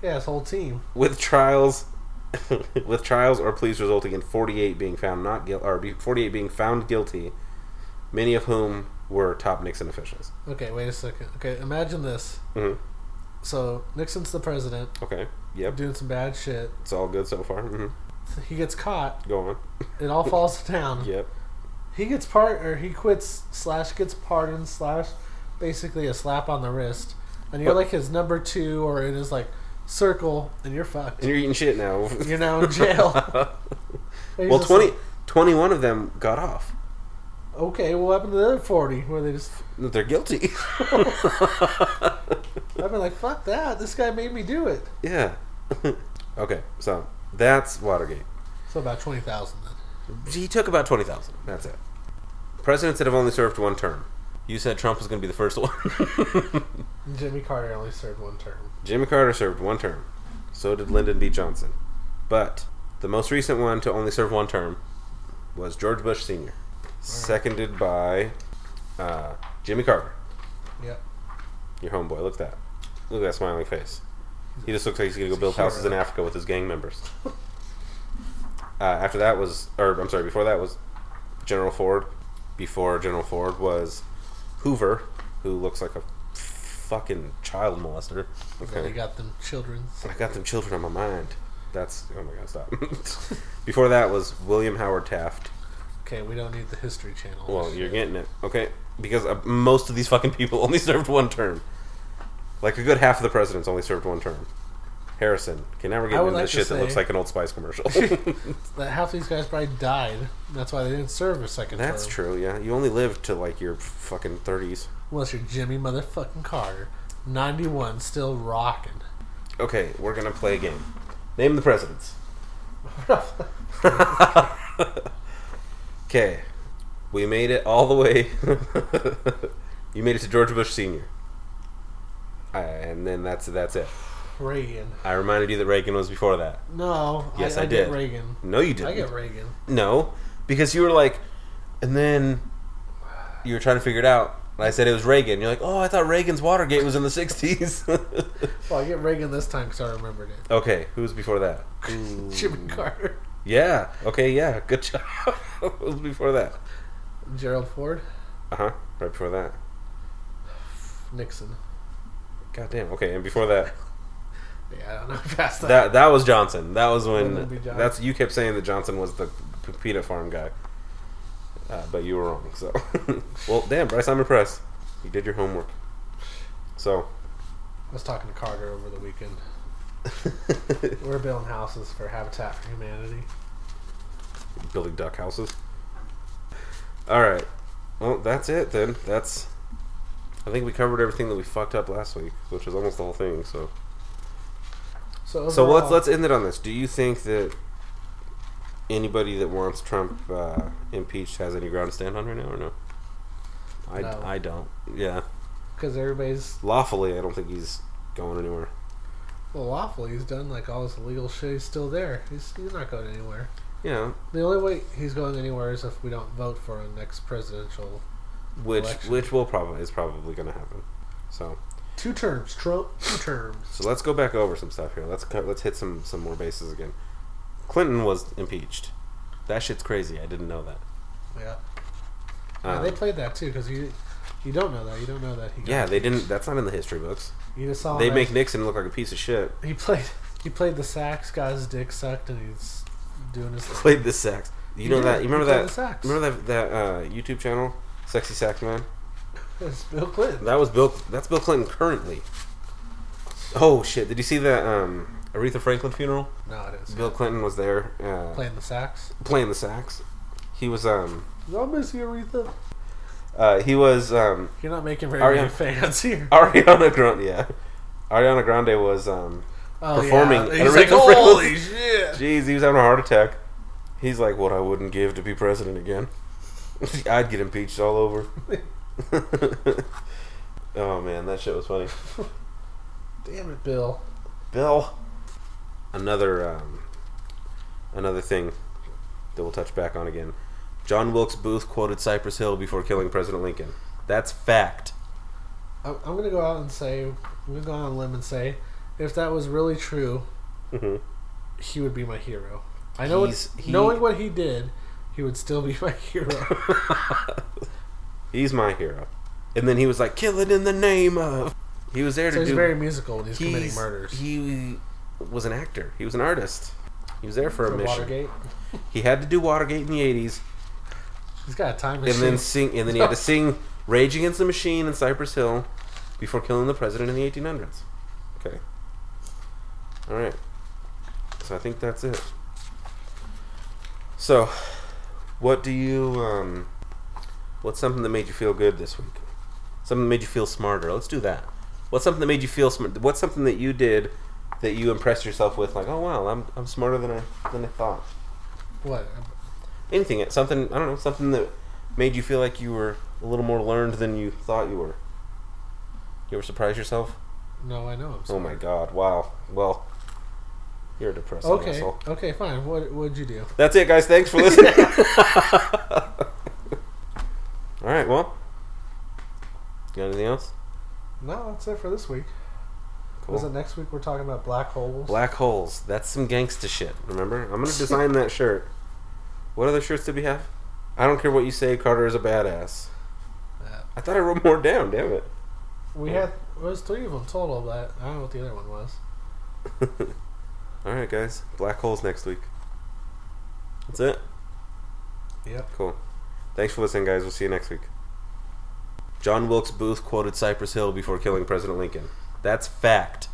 [SPEAKER 1] Yeah, his whole team.
[SPEAKER 2] with trials with trials or pleas resulting in 48 being found not guilty or be- 48 being found guilty many of whom were top nixon officials
[SPEAKER 1] Okay, wait a second. Okay, imagine this.
[SPEAKER 2] hmm
[SPEAKER 1] So Nixon's the president,
[SPEAKER 2] okay yep
[SPEAKER 1] doing some bad shit.
[SPEAKER 2] it's all good so far hmm
[SPEAKER 1] He gets caught.
[SPEAKER 2] go on
[SPEAKER 1] It all falls down.
[SPEAKER 2] yep
[SPEAKER 1] He gets part, or he quits slash gets pardoned slash, basically a slap on the wrist, and you're
[SPEAKER 2] But-
[SPEAKER 1] like his number two or in his like circle, and you're fucked.
[SPEAKER 2] and you're eating shit now
[SPEAKER 1] You're now in jail. He's
[SPEAKER 2] well
[SPEAKER 1] just
[SPEAKER 2] 20
[SPEAKER 1] like,
[SPEAKER 2] 21 of them got off
[SPEAKER 1] okay, what happened to the other forty? Where they just
[SPEAKER 2] they're guilty
[SPEAKER 1] I've been like, fuck that. This guy made me do it.
[SPEAKER 2] yeah okay so that's watergate
[SPEAKER 1] So about twenty thousand then.
[SPEAKER 2] He took about twenty thousand. That's it. Presidents that have only served one term. You said Trump was going to be the first one.
[SPEAKER 1] And Jimmy Carter only served one term.
[SPEAKER 2] Jimmy Carter served one term. So did Lyndon B. Johnson. But the most recent one to only serve one term was George Bush Sr., seconded by uh, Jimmy Carter.
[SPEAKER 1] Yep.
[SPEAKER 2] Your homeboy. Look at that. Look at that smiling face. He just looks like he's gonna go build houses in Africa with his gang members. Uh, after that was, or I'm sorry, before that was General Ford. Before General Ford was Hoover, who looks like a fucking child molester.
[SPEAKER 1] They
[SPEAKER 2] Okay,
[SPEAKER 1] got them children's.
[SPEAKER 2] I got them children on my mind. That's oh my god, stop. before that was William Howard Taft.
[SPEAKER 1] Okay, we don't need the History Channel.
[SPEAKER 2] Well, you're getting it, okay? Because uh, most of these fucking people only served one term. Like a good half of the presidents only served one term. Harrison can never get
[SPEAKER 1] I would
[SPEAKER 2] into
[SPEAKER 1] like to
[SPEAKER 2] shit that looks
[SPEAKER 1] say-
[SPEAKER 2] like an Old Spice commercial.
[SPEAKER 1] That half these guys probably died. That's why they didn't serve a second
[SPEAKER 2] That's
[SPEAKER 1] term.
[SPEAKER 2] true. Yeah, you only live to like your fucking thirties.
[SPEAKER 1] Unless you're Jimmy motherfucking Carter. 91, still rocking.
[SPEAKER 2] Okay, we're gonna play a game. Name the presidents. Okay, we made it all the way. you made it to George Bush Senior, and then that's that's it.
[SPEAKER 1] Reagan.
[SPEAKER 2] I reminded you that Reagan was before that.
[SPEAKER 1] No.
[SPEAKER 2] Yes, I
[SPEAKER 1] Get
[SPEAKER 2] did.
[SPEAKER 1] Reagan.
[SPEAKER 2] No, you didn't.
[SPEAKER 1] I get Reagan.
[SPEAKER 2] No, because you were like, and then you were trying to figure it out. And I said it was Reagan. You're like, oh, I thought Reagan's Watergate was in the '60s.
[SPEAKER 1] Well, I get Reagan this time because I remembered it.
[SPEAKER 2] okay, who was before that?
[SPEAKER 1] Jimmy Carter.
[SPEAKER 2] Yeah. Okay. Yeah. Good job. it was before that.
[SPEAKER 1] Gerald Ford.
[SPEAKER 2] Uh huh. Right before that.
[SPEAKER 1] Nixon.
[SPEAKER 2] God damn. Okay, and before that,
[SPEAKER 1] Yeah, I don't know. Past that.
[SPEAKER 2] that that was Johnson. That was
[SPEAKER 1] Lyndon B.
[SPEAKER 2] when
[SPEAKER 1] Johnson.
[SPEAKER 2] that's you kept saying that Johnson was the p- peanut farm guy, uh, but you were wrong. So, well, damn, Bryce, I'm impressed. You did your homework. So,
[SPEAKER 1] I was talking to Carter over the weekend. We're building houses for Habitat for Humanity.
[SPEAKER 2] building duck houses. All right. Well, that's it then. That's. I think we covered everything that we fucked up last week, which was almost the whole thing. So,
[SPEAKER 1] So,
[SPEAKER 2] so
[SPEAKER 1] overall-
[SPEAKER 2] let's let's end it on this. Do you think that anybody that wants Trump uh, impeached has any ground to stand on right now, or no? I,
[SPEAKER 1] No.
[SPEAKER 2] I don't. Yeah,
[SPEAKER 1] because everybody's
[SPEAKER 2] Lawfully, I don't think he's going anywhere.
[SPEAKER 1] well, lawfully. He's done like all this illegal shit. He's still there. He's he's not going anywhere.
[SPEAKER 2] You know,
[SPEAKER 1] The only way he's going anywhere is if we don't vote for a next presidential
[SPEAKER 2] which
[SPEAKER 1] Election.
[SPEAKER 2] which will probably is probably going to happen. So
[SPEAKER 1] two terms. Trump two terms.
[SPEAKER 2] so let's go back over some stuff here. Let's cut, let's hit some some more bases again. Clinton was impeached. That shit's crazy. I didn't know that.
[SPEAKER 1] Yeah, yeah
[SPEAKER 2] Um,
[SPEAKER 1] they played that too because you you don't know that you don't know that he. Got
[SPEAKER 2] yeah, they didn't. That's not in the history books.
[SPEAKER 1] You just saw
[SPEAKER 2] They
[SPEAKER 1] him
[SPEAKER 2] make Nixon look like a piece of shit.
[SPEAKER 1] He played. He played the sax. Got his dick sucked, and he's doing his. Thing.
[SPEAKER 2] Played the sax. You
[SPEAKER 1] He
[SPEAKER 2] know
[SPEAKER 1] did.
[SPEAKER 2] that? You remember
[SPEAKER 1] He played
[SPEAKER 2] that?
[SPEAKER 1] the sax.
[SPEAKER 2] Remember that that uh, YouTube channel, Sexy Sax Man?
[SPEAKER 1] It's Bill Clinton.
[SPEAKER 2] That was Bill. That's Bill Clinton currently. Oh shit! Did you see that um, Aretha Franklin funeral?
[SPEAKER 1] No, it is
[SPEAKER 2] Bill Clinton was there uh,
[SPEAKER 1] playing the sax.
[SPEAKER 2] playing the sax. He was um
[SPEAKER 1] I'll miss you, Aretha.
[SPEAKER 2] uh, he was um
[SPEAKER 1] You're not making very
[SPEAKER 2] Are
[SPEAKER 1] many
[SPEAKER 2] you-
[SPEAKER 1] fans here.
[SPEAKER 2] Ariana Grande. Yeah, Ariana Grande was um.
[SPEAKER 1] Oh,
[SPEAKER 2] performing
[SPEAKER 1] Yeah.
[SPEAKER 2] at
[SPEAKER 1] He's like,
[SPEAKER 2] Aretha Franklin.
[SPEAKER 1] holy shit!
[SPEAKER 2] Jeez, he was having a heart attack. He's like, what I wouldn't give to be president again. I'd get impeached all over. oh man, that shit was funny.
[SPEAKER 1] Damn it, Bill.
[SPEAKER 2] Bill. Another um, another thing that we'll touch back on again. John Wilkes Booth quoted Cypress Hill before killing President Lincoln. That's fact.
[SPEAKER 1] I'm, I'm gonna go out and say, I'm gonna go out on a limb and say, if that was really true,
[SPEAKER 2] Mm-hmm.
[SPEAKER 1] he would be my hero. I know, it's,
[SPEAKER 2] He's- he-
[SPEAKER 1] knowing what he did, he would still be my hero.
[SPEAKER 2] He's my hero. And then he was like, "Kill it in the name of." He was there
[SPEAKER 1] so
[SPEAKER 2] to
[SPEAKER 1] he's
[SPEAKER 2] do.
[SPEAKER 1] very musical when he's, committing
[SPEAKER 2] he's-
[SPEAKER 1] murders.
[SPEAKER 2] He was an actor. He was an artist. He was there for a
[SPEAKER 1] For
[SPEAKER 2] mission.
[SPEAKER 1] Watergate,
[SPEAKER 2] He had to do Watergate in the '80s,
[SPEAKER 1] he's got a time
[SPEAKER 2] and
[SPEAKER 1] machine.
[SPEAKER 2] then sing, and then he had to sing "Rage Against the Machine" in Cypress Hill before killing the president in the 1800s. Okay. All right. So I think that's it. So, what do you? Um, what's something that made you feel good this week? Something that made you feel smarter. Let's do that. What's something that made you feel smart? What's something that you did that you impressed yourself with? Like, oh wow, I'm I'm smarter than I than I thought.
[SPEAKER 1] what?
[SPEAKER 2] anything something i don't know something that made you feel like you were a little more learned than you thought you were you ever surprise yourself
[SPEAKER 1] No, I know. I'm
[SPEAKER 2] oh my god wow well you're a depressing
[SPEAKER 1] Okay.
[SPEAKER 2] asshole
[SPEAKER 1] Okay. Fine. What What'd you do?
[SPEAKER 2] that's it guys thanks for listening all right well you got anything else
[SPEAKER 1] No, that's it for this week.
[SPEAKER 2] cool
[SPEAKER 1] Was it next week? We're talking about black holes.
[SPEAKER 2] black holes that's some gangsta shit remember i'm gonna design that shirt what other shirts did we have i don't care what you say carter is a badass
[SPEAKER 1] Yeah.
[SPEAKER 2] i thought i wrote more down damn it
[SPEAKER 1] we had it was three of them total, but I don't know what the other one was.
[SPEAKER 2] All right, guys. Black holes next week. That's it.
[SPEAKER 1] Yep.
[SPEAKER 2] Cool. Thanks for listening, guys. We'll see you next week. John Wilkes Booth quoted Cypress Hill before killing President Lincoln. That's fact.